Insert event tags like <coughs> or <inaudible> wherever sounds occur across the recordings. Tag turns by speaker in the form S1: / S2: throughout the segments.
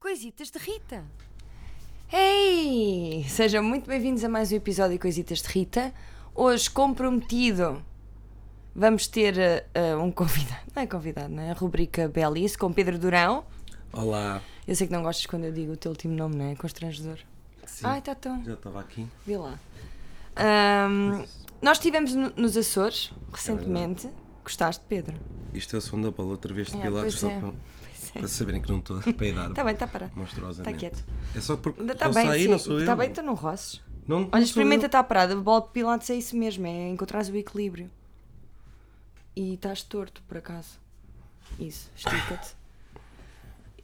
S1: Coisitas de Rita.
S2: Ei! Sejam muito bem-vindos a mais um episódio de Coisitas de Rita. Hoje, comprometido, vamos ter eh, um convidado, não é convidado, não é? A rubrica Belice com Pedro Durão.
S3: Olá.
S2: Eu sei que não gostas quando eu digo o teu último nome, não é? Constrangedor.
S3: Sim,
S2: Ai, está tão.
S3: já estava aqui.
S2: Vê lá. Ahm, nós estivemos no- nos Açores
S3: É
S2: recentemente. Gostaste, Pedro?
S3: Isto é o som da bola outra vez de
S2: É, pois
S3: Pilatos, só
S2: é.
S3: para,
S2: Pois é.
S3: para saberem que não estou a peidar.
S2: Está Tá bem, está parado.
S3: Monstruosamente.
S2: Está quieto.
S3: É só porque
S2: Ainda
S3: não
S2: Está bem,
S3: aí,
S2: sim.
S3: não sou eu.
S2: Está bem, tu não roces.
S3: Não- não
S2: Olha,
S3: sou
S2: experimenta tá
S3: eu.
S2: estar parada. Bola de pilates é isso mesmo, é encontrares o equilíbrio. E estás torto, por acaso. Isso, estica-te.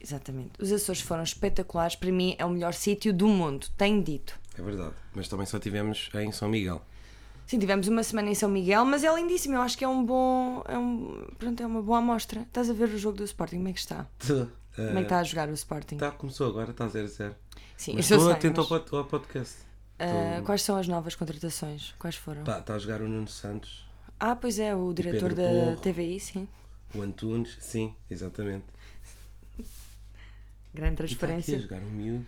S2: Exatamente. Os Açores foram espetaculares. Para mim é o melhor sítio do mundo, tenho dito.
S3: É verdade, mas também só tivemos em São Miguel. <laughs>
S2: Sim, tivemos uma semana em São Miguel, mas é lindíssimo. Eu acho que é um bom. É um, pronto, é uma boa amostra. Estás a ver o jogo do Sporting, como é que está? Como é que está a jogar o Sporting?
S3: Eh, Tá, começou agora, está 0-0.
S2: Sim,
S3: Mas
S2: isso eu
S3: Estou
S2: sei,
S3: atento
S2: mas,
S3: ao pod- ao podcast.
S2: ah, Quais são as novas contratações? Quais foram?
S3: Pá, está a jogar o Nuno Santos,
S2: Ah, pois é, o diretor da
S3: Tá. Pedro Porro.
S2: TVI, sim.
S3: o Antunes, sim, exatamente.
S2: Grande
S3: E está aqui a
S2: transferência.
S3: jogar o miúdo.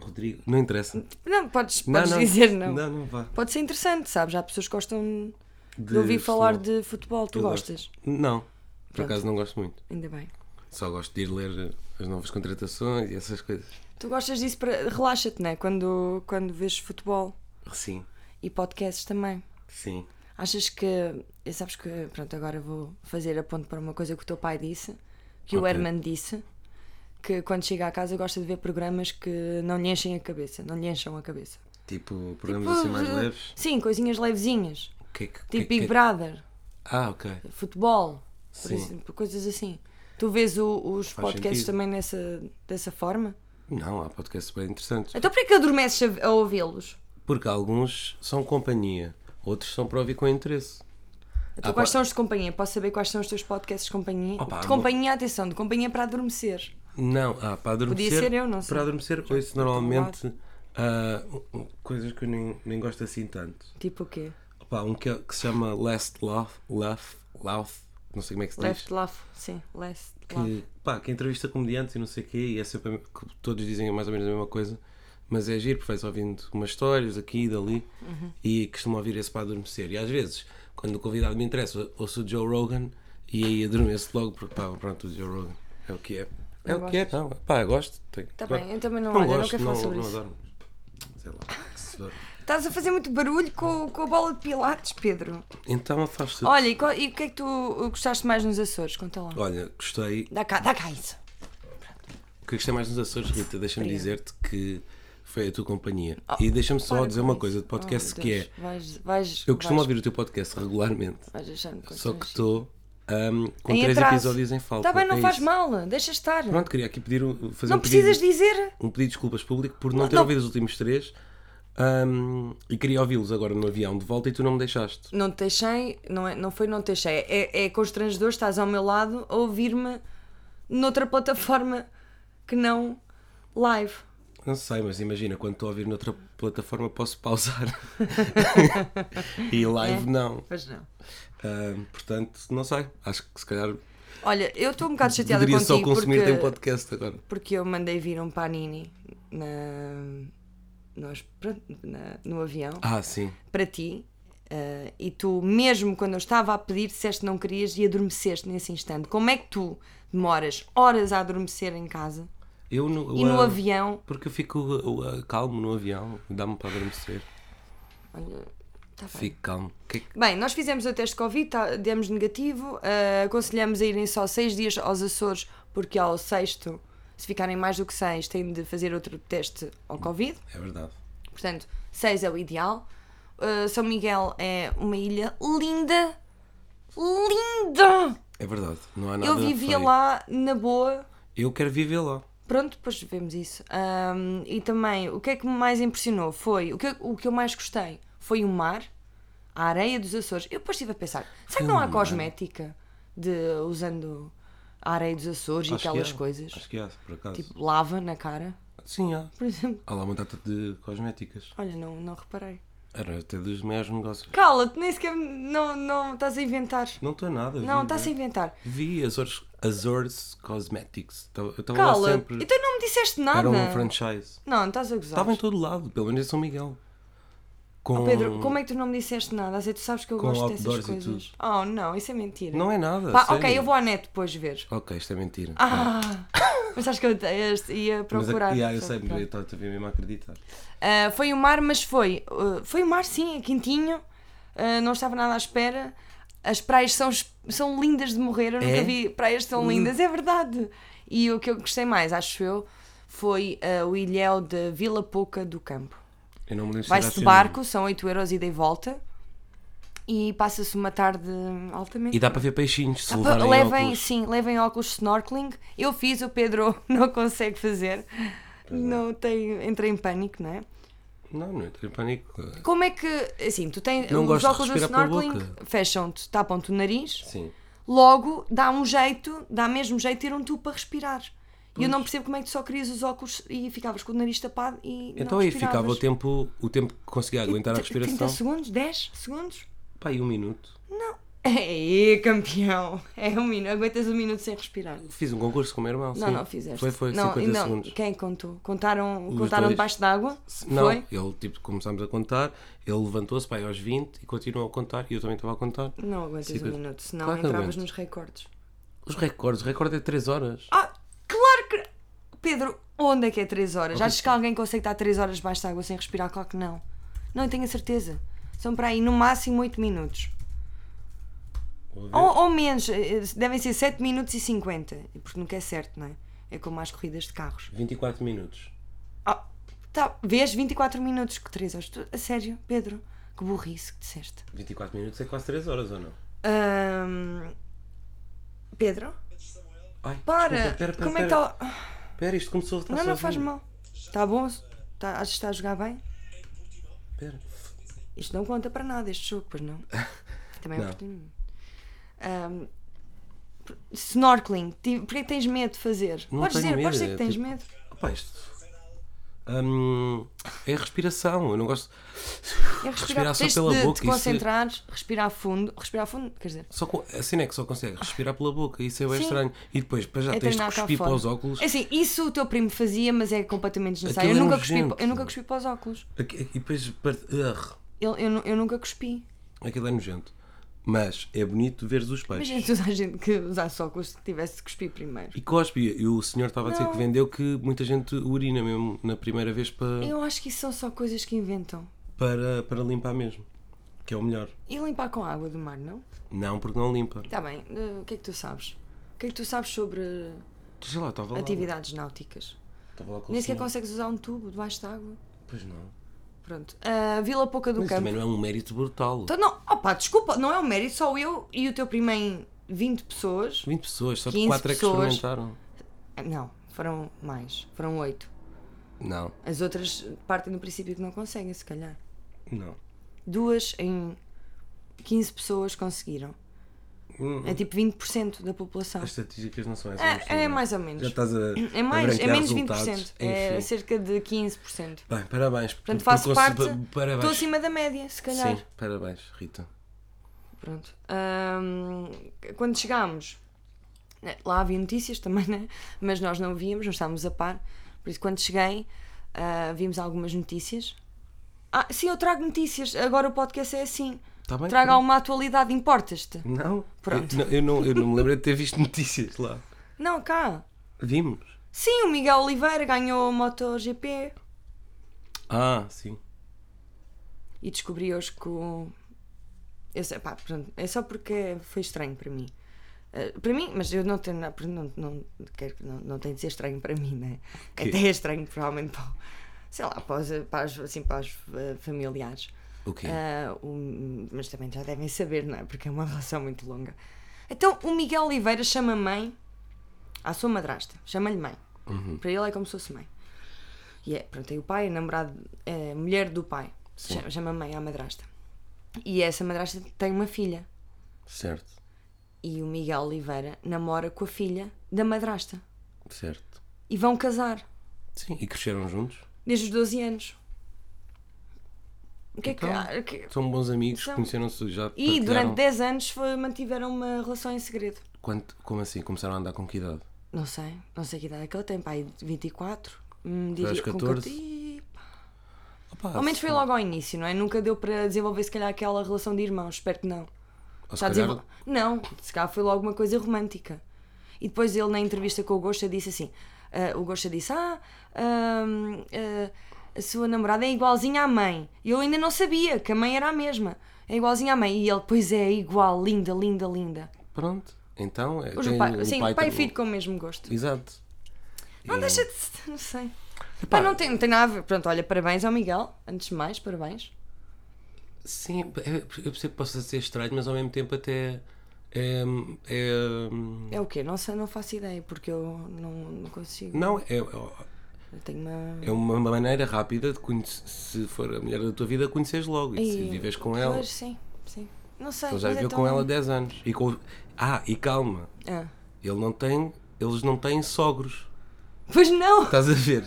S3: Rodrigo, não interessa.
S2: Não, podes, podes dizer não.
S3: Não, não vá.
S2: Pode ser interessante, sabes? Há pessoas que gostam de,
S3: De
S2: ouvir
S3: futebol.
S2: falar de futebol. Tu
S3: Eu gosto.
S2: gostas?
S3: Não, por
S2: Pronto.
S3: acaso não gosto muito.
S2: Ainda bem.
S3: Só gosto de ir ler as novas contratações e essas coisas.
S2: Tu gostas disso para. Relaxa-te, né? Quando, quando vês futebol
S3: Sim,
S2: e podcasts também.
S3: sim.
S2: Achas que. eh, Sabes que. Pronto, agora vou fazer a ponte para uma coisa que o teu pai disse, que o
S3: Ok.
S2: Herman disse, que quando chega à casa gosta de ver programas que não lhe enchem a cabeça, não lhe encham a cabeça.
S3: Tipo, programas assim mais
S2: Tipo,
S3: leves.
S2: Sim, coisinhas levezinhas.
S3: O Que, é que, o que, é
S2: Tipo Big
S3: que-
S2: Brother.
S3: Ah, ok.
S2: futebol, por
S3: Sim.
S2: exemplo, coisas assim. Tu vês o- os
S3: Faz
S2: podcasts
S3: sentido.
S2: também nessa, dessa forma?
S3: Não, há podcasts bem interessantes.
S2: Então porquê que adormeces a, a ouvi-los?
S3: Porque alguns são companhia, outros são para ouvir com interesse.
S2: Então,
S3: Ah,
S2: quais
S3: pá.
S2: são os de companhia? Posso saber quais são os teus podcasts de companhia?
S3: Opa,
S2: de
S3: não-
S2: companhia, atenção, de companhia para adormecer.
S3: Não, ah, para adormecer.
S2: ser eu, não sei.
S3: Para adormecer, ouço normalmente ah, um- um- coisas que eu nem, nem gosto assim tanto.
S2: Tipo o quê?
S3: Opa, um que, é- que se chama Last Laugh, Laugh, Laugh, não sei como é que se diz.
S2: Left Laugh, sim, Left Laugh.
S3: que, pá, que entrevista comediantes e não sei o quê, e é sempre, que todos dizem mais ou menos a mesma coisa, mas é giro, porque vais ouvindo umas histórias aqui e dali,
S2: Uhum.
S3: e costumo ouvir esse para adormecer. E às vezes, quando o convidado me interessa, ouço o Joe Rogan, e aí adormeço logo, porque pá, pronto, o Joe Rogan é o que é. É
S2: Não
S3: o que é, não, pá, eu gosto. Tenho,
S2: Tá
S3: gosto.
S2: bem, eu também não- olha, não quero falar sobre
S3: não
S2: isso.
S3: adoro. Sei lá, que se for.
S2: Estás a fazer muito barulho com, com a bola de pilates, Pedro.
S3: Então afasta-te.
S2: Olha, e, qual- e o que é que tu uh, gostaste mais nos Açores? Conta lá.
S3: Olha, gostei
S2: Dá cá, dá cá isso.
S3: O que eu gostei mais nos Açores, Rita, deixa-me dizer-te que foi a tua companhia.
S2: Oh,
S3: e deixa-me só
S2: para
S3: dizer
S2: com
S3: uma
S2: isso.
S3: coisa de podcast
S2: Oh, meu
S3: que é.
S2: Deus. Vais, vais,
S3: Eu costumo
S2: vais,
S3: ouvir o teu podcast regularmente,
S2: vais deixar-me
S3: só que
S2: constrangida.
S3: estou ahm, com
S2: Em
S3: três
S2: atraso.
S3: episódios em falta.
S2: Está bem, não
S3: é
S2: faz
S3: isso.
S2: mal, deixa estar.
S3: Pronto, queria aqui pedir, um- fazer
S2: não
S3: um, pedido,
S2: precisas dizer.
S3: um pedido de desculpas público por não,
S2: Não,
S3: ter
S2: não.
S3: ouvido os últimos três ahm, e queria ouvi-los agora no avião de volta e tu não me deixaste.
S2: Não te deixei, não, é, não foi não te deixei, é, é constrangedor, estás ao meu lado a ouvir-me noutra plataforma que não live.
S3: Não sei, mas imagina, quando estou a ouvir noutra plataforma
S2: <laughs>
S3: posso pausar. <laughs> e
S2: É.
S3: live não.
S2: Pois não.
S3: Ahm, portanto, não sei. Acho que se calhar
S2: Olha, eu estou um bocado chateada
S3: Poderia só
S2: contigo
S3: consumir o
S2: porque,
S3: teu podcast agora.
S2: porque eu mandei vir um panini na, nós, pronto, na- no avião
S3: Ah, sim.
S2: para ti. eh, e tu, mesmo quando eu estava a pedir, disseste que não querias e adormeceste nesse instante. Como é que tu demoras horas a adormecer em casa
S3: Eu no,
S2: e no
S3: ah,
S2: avião?
S3: Porque eu fico ah, ah, calmo no avião, dá-me para adormecer.
S2: Olha, tá bem.
S3: Fico calmo. Que é que-
S2: Bem, nós fizemos o teste de Covid, tá- demos negativo, eh, aconselhamos a irem só seis dias aos Açores, porque ao sexto, se ficarem mais do que seis têm de fazer outro teste ao Covid.
S3: É verdade.
S2: Portanto, 6 é o ideal. Uh, São Miguel é uma ilha linda. Linda!
S3: É verdade. Não há nada
S2: eu vivia
S3: feio.
S2: lá na boa.
S3: Eu quero viver lá.
S2: Pronto, depois vemos isso. Um, e também, o que é que me mais impressionou foi, o que, o que eu mais gostei foi o mar, a areia dos Açores. Eu depois estive a pensar, será que não há
S3: Hum,
S2: cosmética de usando a areia dos Açores
S3: Acho
S2: e
S3: que
S2: aquelas
S3: há.
S2: coisas?
S3: Acho que há, por acaso.
S2: Tipo, lava na cara,
S3: Sim, há.
S2: por exemplo. <laughs>
S3: Há lá uma data de cosméticas.
S2: Olha, não, não reparei.
S3: Era até dos maiores negócios.
S2: Cala-te, nem sequer não, não estás a inventar.
S3: Não estou nada.
S2: Não, tá assim.
S3: vi,
S2: estás a inventar.
S3: vi. Vi Azores, Azores Cosmetics. Tava- Eu estava lá
S2: Cala-te.
S3: sempre.
S2: Então não me disseste nada.
S3: Era um Tá franchise.
S2: Não, não estás a gozar.
S3: Estava em todo lado, pelo menos em São Miguel. Com...
S2: Pedro, como é que tu não me disseste nada? A dizer, tu sabes que eu
S3: Com
S2: gosto dessas
S3: outdoors e
S2: coisas. Oh, não, isso é mentira.
S3: Não é nada.
S2: Pá,
S3: sério.
S2: ok, eu vou à net depois ver.
S3: Ok, isto é mentira.
S2: Ah! Mas acho que eu este ia
S3: Mas a-
S2: procurar.
S3: yeah, eu
S2: Só
S3: sei,
S2: procurar.
S3: mas eu estava mesmo a acreditar.
S2: Ah, foi o mar, mas foi. ah, foi o mar, sim, é quentinho. Ah, não estava nada à espera. As praias são, es- são lindas de morrer. Eu nunca
S3: É?
S2: vi praias tão lindas, é verdade. E o que eu gostei mais, acho eu, foi ah, o ilhéu de Vila Pouca do Campo.
S3: Eu não me lembro se era
S2: Vai-se
S3: assim,
S2: de
S3: não.
S2: barco, são 8 euros ida e volta. E passa-se uma tarde altamente.
S3: E dá para ver peixinhos, se
S2: Dá
S3: levarem
S2: para- levem,
S3: óculos.
S2: sim, levem óculos snorkeling. Eu fiz, o Pedro <laughs> não consegue fazer.
S3: é.
S2: Não tem, entra em pânico, não é?
S3: Não, não entrei em pânico.
S2: Como é que, assim, tu tens
S3: Não
S2: os
S3: gosto de
S2: óculos do
S3: respirar pela
S2: snorkeling, fecham-te, tapam-te o nariz,
S3: Sim.
S2: logo dá um jeito, dá mesmo jeito tiram tu para respirar. E eu não percebo como é que tu só querias os óculos e ficavas com o nariz tapado e não
S3: Então aí
S2: respiravas.
S3: ficava o tempo, o tempo que conseguia aguentar a
S2: T- 30
S3: respiração.
S2: segundos? 10 segundos?
S3: Pá, e um minuto.
S2: Não. <laughs> É, campeão. É um minuto. Aguentas um minuto sem respirar.
S3: Fiz um concurso com o meu irmão.
S2: Não,
S3: sim.
S2: não fizeste.
S3: Foi, foi,
S2: não,
S3: 50
S2: não.
S3: segundos.
S2: Quem contou? Contaram,
S3: Os
S2: contaram
S3: dois.
S2: debaixo d'água?
S3: Não,
S2: Foi?
S3: ele tipo, começámos a contar, ele levantou-se para aí aos 20 e continuou a contar, e eu também estava a contar.
S2: Não aguentas um
S3: Cinquenta.
S2: minuto, senão
S3: Claro que
S2: entravas
S3: aguento.
S2: nos recordes.
S3: Os recordes, o recorde é 3 horas.
S2: Ah, claro que. Pedro, onde é que é 3 horas? Achas que alguém consegue estar 3 horas debaixo de água sem respirar? Claro que não. Não, eu tenho a certeza. São para aí no máximo 8 minutos.
S3: Vou ver.
S2: Ou, ou menos, eh, devem ser 7 minutos e 50. Porque nunca é certo, não é? É como as corridas de carros.
S3: 24 minutos.
S2: Ah, tá, vês 24 minutos que 3 horas. Tu- A sério, Pedro, que burrice que disseste.
S3: 24 minutos é quase 3 horas ou não?
S2: Ahm, Pedro?
S3: Ai,
S2: Para!
S3: desculpa, pera, pera,
S2: como é que
S3: pera.
S2: tá.
S3: Pera, isto começou a estar
S2: Não, não
S3: sozinho.
S2: faz mal. Está bom? Tá, achas que está a jogar bem?
S3: Pera.
S2: Isto não conta para nada, este jogo, pois
S3: <laughs>
S2: não? Também é
S3: Não.
S2: oportuno. Ahm, pr- snorkeling, ti- porquê que tens medo de fazer?
S3: Não
S2: podes
S3: tenho
S2: dizer,
S3: medo,
S2: podes dizer que
S3: é
S2: tens
S3: tipo-
S2: medo.
S3: Opa, isto. Hum, é a respiração, eu não gosto.
S2: É respirar,
S3: Respirar só
S2: tens
S3: pela
S2: de
S3: boca,
S2: te
S3: isso é-
S2: concentrar, respirar fundo. Respirar fundo, quer dizer,
S3: Só co- a cena é que só consegue respirar pela boca, isso é bem
S2: Sim.
S3: estranho. E depois, para já,
S2: é
S3: tens de
S2: treinar cá
S3: cuspir
S2: fora.
S3: para os óculos.
S2: É Assim, isso o teu primo fazia, mas é completamente desnecessário. Eu
S3: Aquilo é
S2: nunca, cuspi,
S3: nojento.
S2: eu nunca cuspi para os óculos.
S3: Aqui- E depois, para- Urgh,
S2: Eu, eu, nu- eu nunca cuspi.
S3: aquilo é nojento. Mas é bonito veres os peixes.
S2: Imagina toda a gente que usasse óculos que tivesse de cuspir primeiro.
S3: E cospe, e o senhor estava a dizer que
S2: Não.
S3: vendeu que muita gente urina mesmo na primeira vez para,
S2: Eu acho que isso são só coisas que inventam.
S3: para, para limpar mesmo. Que é o melhor.
S2: E limpar com água do mar, não?
S3: Não, porque não limpa.
S2: Está bem, eh, o que é que tu sabes? O que é que tu sabes sobre
S3: Sei lá, estava lá.
S2: atividades náuticas?
S3: Estava lá com o
S2: Nem sequer
S3: senhor.
S2: consegues usar um tubo debaixo de água.
S3: Pois não.
S2: Pronto. A Vila Pouca do
S3: Mas isso
S2: Campo.
S3: também não é um mérito brutal.
S2: Então não, opa, desculpa, não é um mérito, só eu e o teu primo em 20 pessoas.
S3: 20 pessoas, só
S2: 15
S3: quatro é que
S2: pessoas.
S3: experimentaram.
S2: Não, foram mais, foram 8.
S3: Não,
S2: As outras partem do princípio que não conseguem, se calhar.
S3: não.
S2: Duas em 15 pessoas conseguiram.
S3: Hum,
S2: É tipo 20% da população.
S3: As estatísticas não são essas. vamos
S2: É, é
S3: saber.
S2: mais ou menos.
S3: Já estás a.
S2: É
S3: a
S2: mais, é
S3: branquear
S2: menos
S3: resultados.
S2: 20%. É
S3: Enfim.
S2: cerca de 15%.
S3: Bem, parabéns.
S2: Portanto, faço parte. Estou
S3: Parabéns.
S2: acima da média, se calhar.
S3: Sim, parabéns, Rita.
S2: Pronto. Ahm, quando chegámos, né, lá havia notícias também, né? mas nós não víamos, não estávamos a par. Por isso, quando cheguei, ah, vimos algumas notícias. Ah, sim, eu trago notícias. Agora o podcast é assim.
S3: Tá bem,
S2: Traga
S3: pronto.
S2: uma atualidade, importas-te?
S3: Não?
S2: Pronto.
S3: Eu, não- eu não, eu não me lembro de ter visto notícias lá.
S2: Não, cá.
S3: Vimos.
S2: Sim, o Miguel Oliveira ganhou a MotoGP
S3: Ah, sim.
S2: e descobri hoje que o. Eu sei, pá, pronto, é só porque foi estranho para mim. Eh, para mim, mas eu não tenho nada. Não, não, quero que- não, não tem de ser estranho para mim, né?
S3: quê?
S2: Até é estranho, provavelmente, para, o- sei lá, para os, para os- assim, para os eh, familiares.
S3: O quê?
S2: Ah, o- mas também já devem saber, não é? Porque é uma <laughs> relação muito longa. Então o Miguel Oliveira chama mãe à sua madrasta, chama-lhe mãe. Para ele é como se fosse mãe. E é, pronto, tem o pai, a namorada, a mulher do pai, chama, chama mãe à madrasta. E essa madrasta tem uma filha.
S3: Certo,
S2: E o Miguel Oliveira namora com a filha da madrasta.
S3: certo.
S2: E vão casar
S3: Sim, e cresceram juntos?
S2: desde os 12 anos. O que é que.
S3: Então,
S2: ah, que-
S3: São bons amigos,
S2: São.
S3: conheceram-se já.
S2: E
S3: partilharam-
S2: durante 10 anos foi- mantiveram uma relação em segredo.
S3: Quanto- Como assim? Começaram a andar com que idade?
S2: Não sei, não sei que idade é que ele tem, pai, 24? Hum, diria,
S3: aos
S2: com
S3: 14?
S2: 14. Ih, pá.
S3: Opa,
S2: Ao menos
S3: se-
S2: foi logo ao início, não é? Nunca deu para desenvolver, se calhar, aquela relação de irmãos. Espero que não.
S3: ou se
S2: Já
S3: calhar-
S2: desenvol- Não, se calhar foi logo uma coisa romântica. E depois ele, na entrevista com o Gosta, disse assim: ah, o Gosta disse, ah, ahm, ah, a sua namorada é igualzinha à mãe. E eu ainda não sabia que a mãe era a mesma. É igualzinha à mãe. E ele, pois é, é igual, linda, linda, linda.
S3: Pronto, então. É,
S2: Os
S3: tem
S2: pai,
S3: um
S2: sim, pai e
S3: tam-
S2: filho com o mesmo gosto.
S3: Exato.
S2: Não
S3: E-
S2: Ah, deixa de. se- Não sei. Pá, não, tem, não tem nada a ver. Pronto, olha, parabéns ao Miguel. Antes de mais, parabéns.
S3: Sim, é- eu percebo que possa ser estranho, mas ao mesmo tempo até. É, é-
S2: É o quê? Não sei, não faço ideia, porque eu não, não consigo.
S3: não, é, é-
S2: Eu tenho uma.
S3: é uma maneira rápida de conhecer, se for a mulher da tua vida, conheces logo. E se
S2: E-
S3: vives com ela,
S2: Pois, sim, sim. Não sei.
S3: ele já
S2: mas
S3: viveu
S2: então-
S3: com ela 10 anos. E com, ah, e calma,
S2: Ah.
S3: ele não tem, eles não têm sogros.
S2: Pois
S3: <laughs>
S2: não!
S3: Estás a
S2: <laughs>
S3: ver?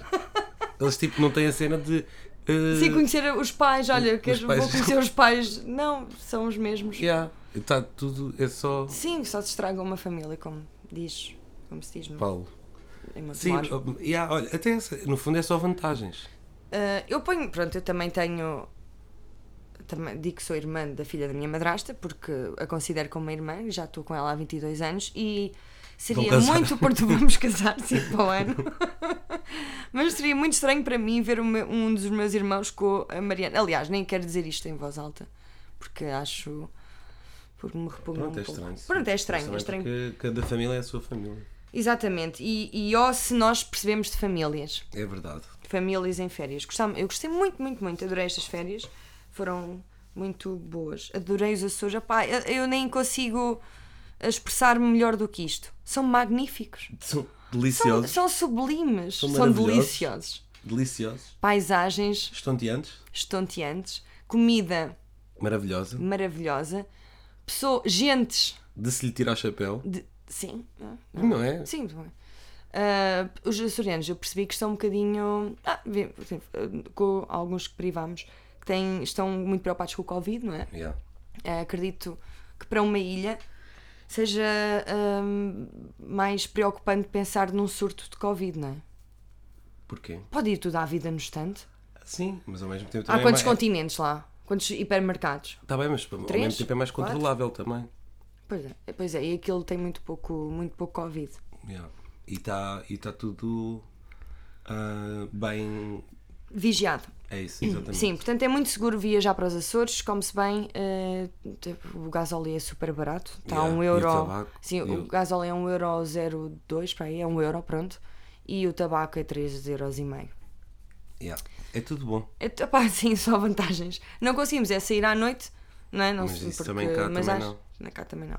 S3: Eles tipo não têm a cena de. eh,
S2: Sim, conhecer os pais, olha, queres,
S3: pais-
S2: vou conhecer os pais. Não, são os mesmos.
S3: yeah, está tudo, é só.
S2: Sim, só se estraga uma família, como diz. Como se diz, não?
S3: Paulo.
S2: Em Montemor.
S3: Sim, oh, yeah, olha, até essa- no fundo é só vantagens.
S2: Ah, eu ponho, pronto, eu também tenho. Também, digo que sou irmã da filha da minha madrasta, porque a considero como uma irmã, já estou com ela há 22 anos e seria
S3: Vão casar.
S2: muito. Porque vamos
S3: <laughs>
S2: casar, sim, para o ano. <laughs> Mas seria muito estranho para mim ver o meu- um dos meus irmãos com a Mariana. Aliás, nem quero dizer isto em voz alta, porque acho. Porque me repugna
S3: Pronto,
S2: um
S3: é
S2: pouco.
S3: estranho. sim.
S2: Pronto, é estranho, é
S3: Também
S2: estranho.
S3: Porque cada família é a sua família.
S2: Exatamente. E, e ó, se nós percebemos de famílias.
S3: É verdade.
S2: de famílias em férias. Gostava, eu gostei muito, muito, muito. Adorei estas férias. Foram muito boas. Adorei os Açores. Epá, eu, eu nem consigo expressar-me melhor do que isto. São magníficos.
S3: São
S2: São,
S3: deliciosos.
S2: são sublimes. São,
S3: maravilhosos.
S2: deliciosos.
S3: Deliciosos.
S2: Paisagens
S3: Estonteantes.
S2: estonteantes. Comida
S3: Maravilhosa.
S2: maravilhosa. Pessoas, gentes.
S3: De se lhe tirar o chapéu.
S2: De, sim. é?
S3: Não é?
S2: Sim, muito bem. Ah, os açorianos, eu percebi que estão um bocadinho. Ah, vi- sim, com alguns que privámos, que têm, estão muito preocupados com o Covid, não é?
S3: Yeah.
S2: Ah, acredito que para uma ilha seja ahm, mais preocupante pensar num surto de Covid, não é?
S3: Porquê?
S2: Pode ir tudo à vida no instante.
S3: Sim, mas ao mesmo tempo
S2: Há
S3: também.
S2: Ah, quantos
S3: é mais...
S2: continentes lá? Quantos hipermercados?
S3: Está bem, mas ao
S2: Três?
S3: mesmo tempo é mais
S2: Quatro?
S3: controlável também.
S2: Pois é, pois é, e aquilo tem muito pouco, muito pouco Covid.
S3: Yeah. E está e tá tudo ah, bem.
S2: Vigiado.
S3: É isso, exatamente.
S2: Sim, portanto é muito seguro viajar para os Açores, come-se bem, eh, tipo, o gasóleo é super barato, está a
S3: Yeah,
S2: um
S3: e o
S2: euro.
S3: tabaco,
S2: sim,
S3: e
S2: o
S3: o-
S2: gasóleo é um euro 02 para aí, é um euro, pronto. E o tabaco é 3,5 euros. e meio.
S3: Yeah. É tudo bom.
S2: É, t- pá, <laughs> sim, só vantagens. Não conseguimos é sair à noite, não é? Não
S3: Mas
S2: sei
S3: isso também cá também não.
S2: não. Cá também não.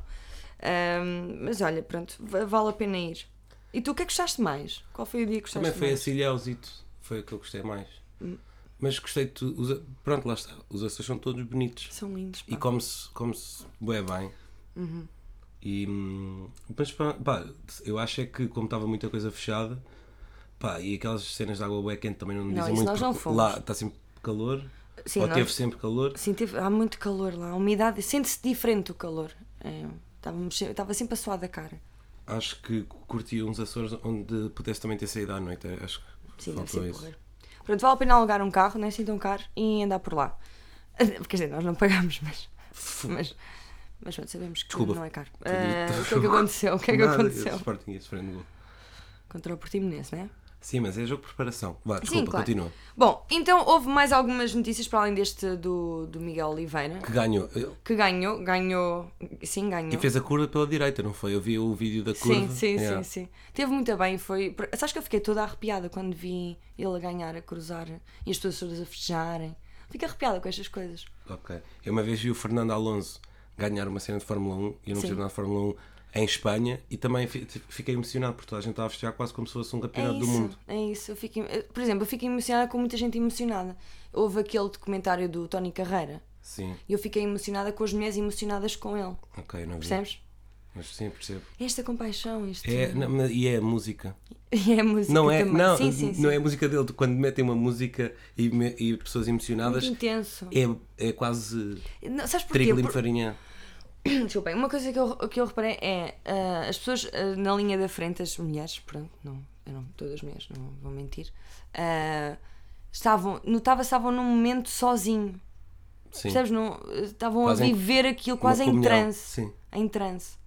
S2: Ahm, mas olha, pronto, va- vale a pena ir. E tu o que é que gostaste mais? Qual foi o dia que gostaste
S3: Também foi a
S2: mais?
S3: Cilhauzito, foi o que eu gostei mais.
S2: Hum.
S3: Mas gostei de tudo. os- Pronto, lá está. Os Açores são todos bonitos.
S2: São lindos.
S3: E
S2: pá.
S3: come-se come-se bué bem.
S2: Uhum.
S3: E, hum, mas pá, pá, eu acho é que como estava muita coisa fechada, pá, e aquelas cenas de água bué quente também não me
S2: Não,
S3: dizem
S2: isso
S3: muito.
S2: nós não
S3: porque
S2: fomos.
S3: Lá está sempre calor,
S2: Sim,
S3: ou
S2: nós-
S3: teve sempre calor.
S2: Sim, teve- há muito calor lá, a umidade, sente-se diferente o calor. É, estava-me che- estava sempre a suar da cara.
S3: Acho que curti uns Açores onde pudesse também ter saído à noite. é, Acho que
S2: Sim, deve
S3: faltou
S2: ser
S3: isso.
S2: porreiro. Pronto, vale a pena alugar um carro, não é assim tão caro, e andar por lá. <laughs> Quer dizer, nós não pagámos, mas. Mas, mas pronto, sabemos que
S3: Desculpa.
S2: não é caro.
S3: Perdi-
S2: Ah, o que é que aconteceu? O que é que
S3: <laughs> Nada,
S2: aconteceu?
S3: Sporting ia sofrendo gol.
S2: Contra o Portimonense, não é?
S3: Sim, mas é jogo de preparação. Vá, desculpa,
S2: Sim, claro.
S3: continua.
S2: Bom, então houve mais algumas notícias para além deste do, do Miguel Oliveira,
S3: Que ganhou. Eu-
S2: que ganhou, ganhou, sim, ganhou.
S3: E fez a curva pela direita, não foi? Eu vi o vídeo da curva.
S2: Sim, sim,
S3: Yeah.
S2: sim, sim. Teve muito bem, foi. por- Sabes que eu fiquei toda arrepiada quando vi ele a ganhar, a cruzar e as pessoas todas a festejarem. Fico arrepiada com estas coisas.
S3: Ok. Eu uma vez vi o Fernando Alonso ganhar uma cena de Fórmula 1 e eu não percebo nada de Fórmula 1 em Espanha e também fi- tipo, fiquei emocionado porque toda a gente estava a festejar quase como se fosse um
S2: É
S3: campeonato do
S2: isso,
S3: mundo.
S2: é isso. Eu fico, em- por exemplo, eu fico emocionada com muita gente emocionada. Houve aquele documentário do Tony Carreira
S3: Sim,
S2: e eu fiquei emocionada com as mulheres emocionadas com ele,
S3: ok, não vi.
S2: percebes?
S3: Mas sim, percebo.
S2: Esta compaixão, este.
S3: É, não, mas- e é a música.
S2: <laughs> E é a música
S3: Não é,
S2: também.
S3: não,
S2: sim, sim, sim.
S3: não é a música dele. de Quando metem uma música e, me- e pessoas
S2: Muito
S3: emocionadas,
S2: intenso.
S3: é, é quase
S2: Não, sabes porquê?
S3: trigo limpo
S2: Por-
S3: farinha.
S2: Desculpem, uma coisa que eu, que eu reparei é ah, as pessoas ah, na linha da frente, as mulheres, pronto, não, eu não todas as mulheres, não vou mentir, ah, estavam, notava estavam num momento sozinho,
S3: Sim.
S2: percebes? Não, estavam
S3: Quase
S2: a
S3: em-
S2: viver aquilo
S3: Uma
S2: quase em
S3: comunhão.
S2: transe.
S3: Sim.
S2: Em transe.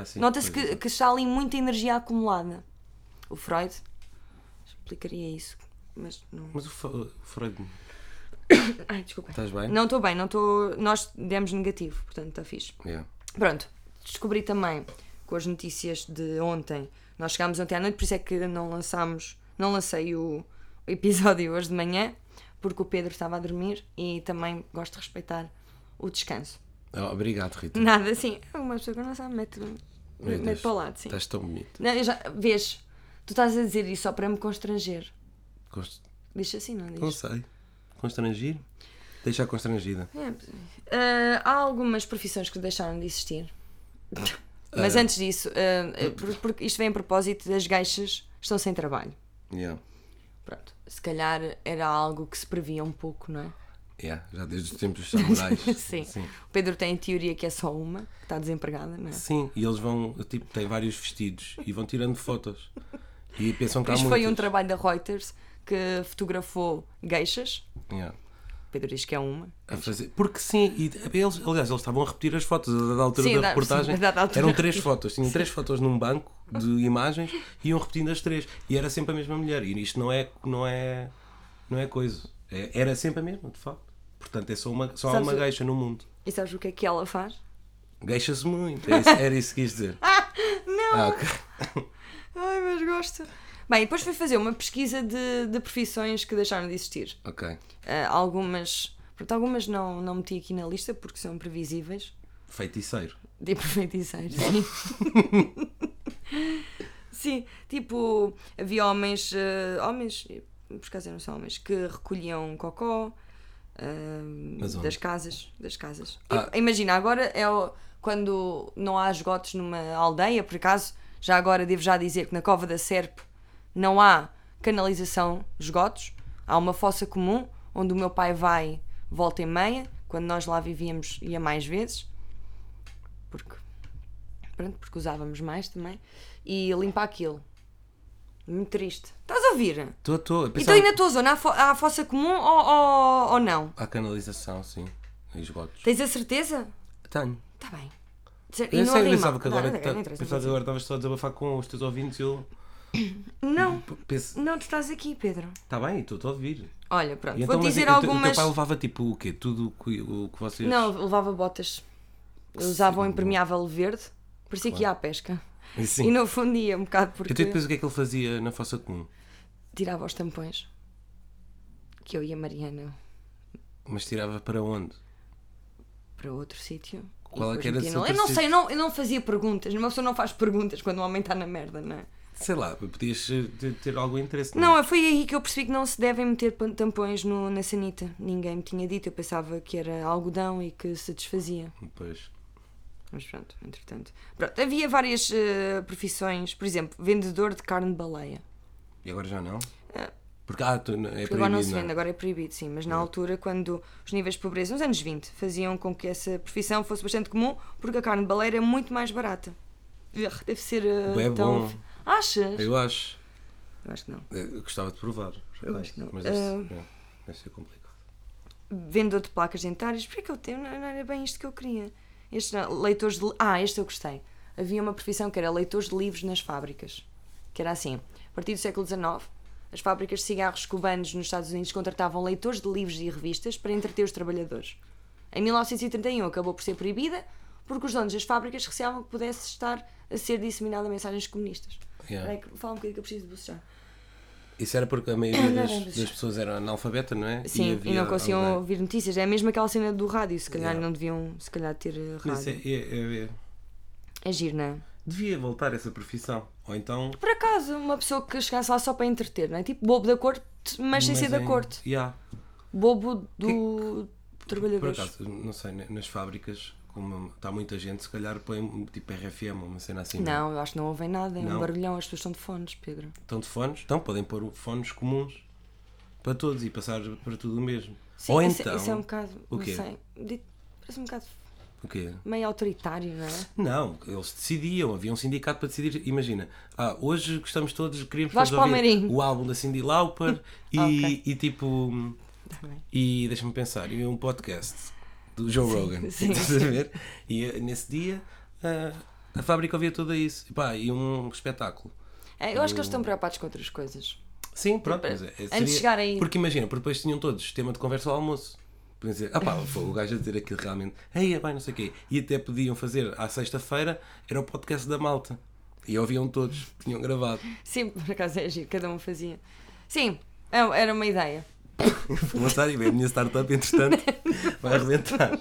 S3: Ah, sim.
S2: Nota-se
S3: Pois
S2: que,
S3: é.
S2: que está ali muita energia acumulada. O Freud explicaria isso, mas não.
S3: Mas o Fe- o Freud,
S2: Ai, desculpa.
S3: estás Tá bem?
S2: Não estou bem, não estou. Nós demos negativo, portanto está fixe.
S3: Yeah.
S2: Pronto, descobri também com as notícias de ontem. Nós chegámos ontem à noite, por isso é que não lançámos, não lancei o o episódio hoje de manhã, porque o Pedro estava a dormir e também gosto de respeitar o descanso.
S3: Ah, Obrigado, Rita.
S2: Nada assim, uma pessoa que não sabe, mete,
S3: Meu
S2: mete
S3: Deus, Tá.
S2: para o lado, sim.
S3: Estás tão bonito.
S2: Não, eu já, vês, tu estás a dizer isso só para me constranger.
S3: Const-
S2: Diz assim, não diz?
S3: Não sei. Constrangir? Deixar constrangida.
S2: É, eh, há algumas profissões que deixaram de existir. Mas
S3: Ah.
S2: antes disso, eh, eh, por- porque isto vem a propósito das gaixas estão sem trabalho.
S3: Yeah.
S2: Pronto, se calhar era algo que se previa um pouco, não é?
S3: Yeah. Já desde os tempos dos samurais.
S2: <laughs> Sim.
S3: Sim.
S2: O Pedro tem em teoria que é só uma, que está desempregada, não é?
S3: Sim, e eles vão, tipo, têm vários vestidos e vão tirando fotos. E pensam que há
S2: Isto
S3: muitas.
S2: foi um trabalho da Reuters que fotografou geixas.
S3: Yeah.
S2: O Pedro diz que é uma.
S3: A fazer- Porque sim, e eles, aliás, eles estavam a repetir as fotos a dada altura
S2: Sim,
S3: da
S2: da-
S3: reportagem.
S2: sim, a dada altura. Ah.
S3: Eram três fotos, tinham três fotos num banco de imagens e iam repetindo as três. E era sempre a mesma mulher. E isto não é, não é, não é coisa. É- era sempre a mesma, de facto. Portanto, é só, uma, só há
S2: Sabes
S3: uma
S2: o-
S3: geixa no mundo.
S2: E sabes o que é que ela faz?
S3: Geixa-se muito. É isso- Era isso que quis dizer.
S2: Não!
S3: Ah, ok.
S2: Ai, mas gosto. Bem, depois fui fazer uma pesquisa de, de profissões que deixaram de existir.
S3: Ok.
S2: Ah, algumas, pronto, algumas não, não meti aqui na lista porque são previsíveis. <laughs>
S3: Feiticeiro.
S2: Tipo feiticeiro, sim. sim, tipo, havia homens, eh, homens, eh, por acaso eram só homens, que recolhiam cocó ah,
S3: Mas onde?
S2: das casas. Das casas.
S3: Ah.
S2: E- Imagina, agora é o- quando não há esgotos numa aldeia, por acaso, já agora devo já dizer que na Cova da Serpe não há canalização, esgotos, há uma fossa comum onde o meu pai vai volta e meia, quando nós lá vivíamos ia mais vezes, porque pronto, porque usávamos mais também, e limpa aquilo. Muito triste. Estás a ouvir?
S3: Estou, estou.
S2: Então, e na tua zona há, fo- há fossa comum ou, ou, ou não?
S3: Há canalização, sim. E esgotos.
S2: Tens a certeza?
S3: Tenho.
S2: Está bem. Cer- E
S3: Eu
S2: não
S3: sei,
S2: rima.
S3: pensava que agora tá-
S2: Não, não, não interessa,
S3: pensava que agora estavas só a desabafar com os teus ouvintes e eu
S2: <coughs> Não,
S3: penso,
S2: não, tu estás aqui, Pedro.
S3: está bem, estou-te a ouvir.
S2: Olha, pronto,
S3: E
S2: vou
S3: Então, mas é
S2: dizer
S3: o teu- O
S2: algumas.
S3: teu pai levava tipo o quê? Tudo o que- o que vocês.
S2: Não, levava botas. Eu usava um
S3: Sim.
S2: impermeável verde, parecia que ia à pesca.
S3: Sim.
S2: E não fundia um bocado porque
S3: Então depois o assim. que é que ele fazia na fossa comum?
S2: tirava os tampões. Que eu e a Mariana
S3: Mas tirava para onde?
S2: para outro sítio. e
S3: Qual é
S2: depois
S3: que era
S2: metia
S3: esse
S2: no-
S3: outro
S2: Eu não sei,
S3: sítio?
S2: eu não, eu não fazia perguntas. Uma pessoa não faz perguntas quando o homem está na merda, não é?
S3: Sei lá, podias eh, ter, ter algum interesse. é?
S2: Não, foi aí que eu percebi que não se devem meter pan- tampões no- na sanita. Ninguém me tinha dito, eu pensava que era algodão e que se desfazia.
S3: Pois.
S2: Mas pronto, entretanto. Pronto, havia várias eh, profissões, por exemplo, vendedor de carne de baleia.
S3: E agora já não?
S2: É.
S3: Porque ah, tu, não- é
S2: Porque agora não se
S3: proibido,
S2: vende, agora é proibido, sim. Mas na altura, quando os níveis de pobreza, nos anos 20, faziam com que essa profissão fosse bastante comum, porque a carne de baleia era muito mais barata. Ugh, Deve ser eh,
S3: Bem
S2: tão.
S3: bom.
S2: Achas? Eu...
S3: Eu acho.
S2: acho que não.
S3: Eu gostava de provar. já
S2: Eu
S3: sei,
S2: acho que não.
S3: Mas deve, ser-
S2: Ah.
S3: é, deve ser complicado.
S2: Vendedor de placas dentárias, porque é que eu tenho? Não não era bem isto que eu queria. Estes não, leitores de. Ah, este eu gostei. Havia uma profissão que era leitores de livros nas fábricas. Que era assim: a partir do século XIX, as fábricas de cigarros cubanos nos Estados Unidos contratavam leitores de livros e revistas para entreter os trabalhadores. Em 1931 acabou por ser proibida porque os donos das fábricas receavam que pudesse estar a ser disseminada mensagens comunistas.
S3: Yeah.
S2: Peraí, que- Fala um bocadinho que eu preciso de bocejar.
S3: Isso era porque a maioria
S2: É, Não,
S3: das,
S2: não, não.
S3: das pessoas era analfabeta, não é?
S2: Sim, e,
S3: havia
S2: não conseguiam
S3: alguém-
S2: ouvir notícias. É mesmo aquela cena do rádio, se calhar
S3: Yeah.
S2: não deviam se calhar ter eh,
S3: Mas isso
S2: rádio.
S3: é- é- é- é-
S2: É giro, não é?
S3: Devia voltar essa profissão. Ou então.
S2: Por acaso, uma pessoa que chegasse lá só para entreter, não é? Tipo bobo da corte, mas sem ser da
S3: em-
S2: corte.
S3: Yeah.
S2: Bobo do
S3: Por
S2: trabalhador.
S3: acaso, não sei, na- nas fábricas, como está muita gente, se calhar põe tipo RFM ou uma cena assim.
S2: Não, eu acho que não ouvem nada, é
S3: Não.
S2: um barulhão, as pessoas estão de fones, Pedro.
S3: Estão de fones? Então podem pôr o- fones comuns para todos e passar para tudo o mesmo.
S2: Sim,
S3: ou
S2: isso,
S3: então.
S2: isso é um bocado,
S3: o
S2: não
S3: quê?
S2: sei, de- parece um bocado
S3: O quê?
S2: meio autoritário, não é?
S3: Não, eles decidiam, havia um sindicato para decidir. Imagina, ah, hoje gostamos todos, queríamos
S2: Vais
S3: todos
S2: para o
S3: ouvir
S2: Marinho.
S3: o álbum da Cindy Lauper e,
S2: <laughs> Ok.
S3: e tipo.
S2: Tá bem.
S3: E deixa-me pensar, e um podcast do Joe Rogan.
S2: sim.
S3: <laughs> Estás a ver? E eh, nesse dia ah, a fábrica ouvia tudo isso. E, pá, e um espetáculo.
S2: É, Eu acho que eles estão
S3: Uh.
S2: preocupados com outras coisas.
S3: Sim, pronto. Mas, é-
S2: Antes de
S3: seria-
S2: chegar aí.
S3: Porque imagina, porque depois tinham todos tema de conversa ao almoço. Podiam dizer, ah pá, foi o gajo a dizer aquilo realmente, ei, é bem, não sei o quê. E até podiam fazer à sexta-feira, era o podcast da malta. E ouviam todos, tinham gravado.
S2: Sim, por acaso é giro, cada um fazia. Sim, é- era uma ideia.
S3: Vou lançar e ver, a minha startup, entretanto,
S2: <laughs>
S3: vai arrebentar.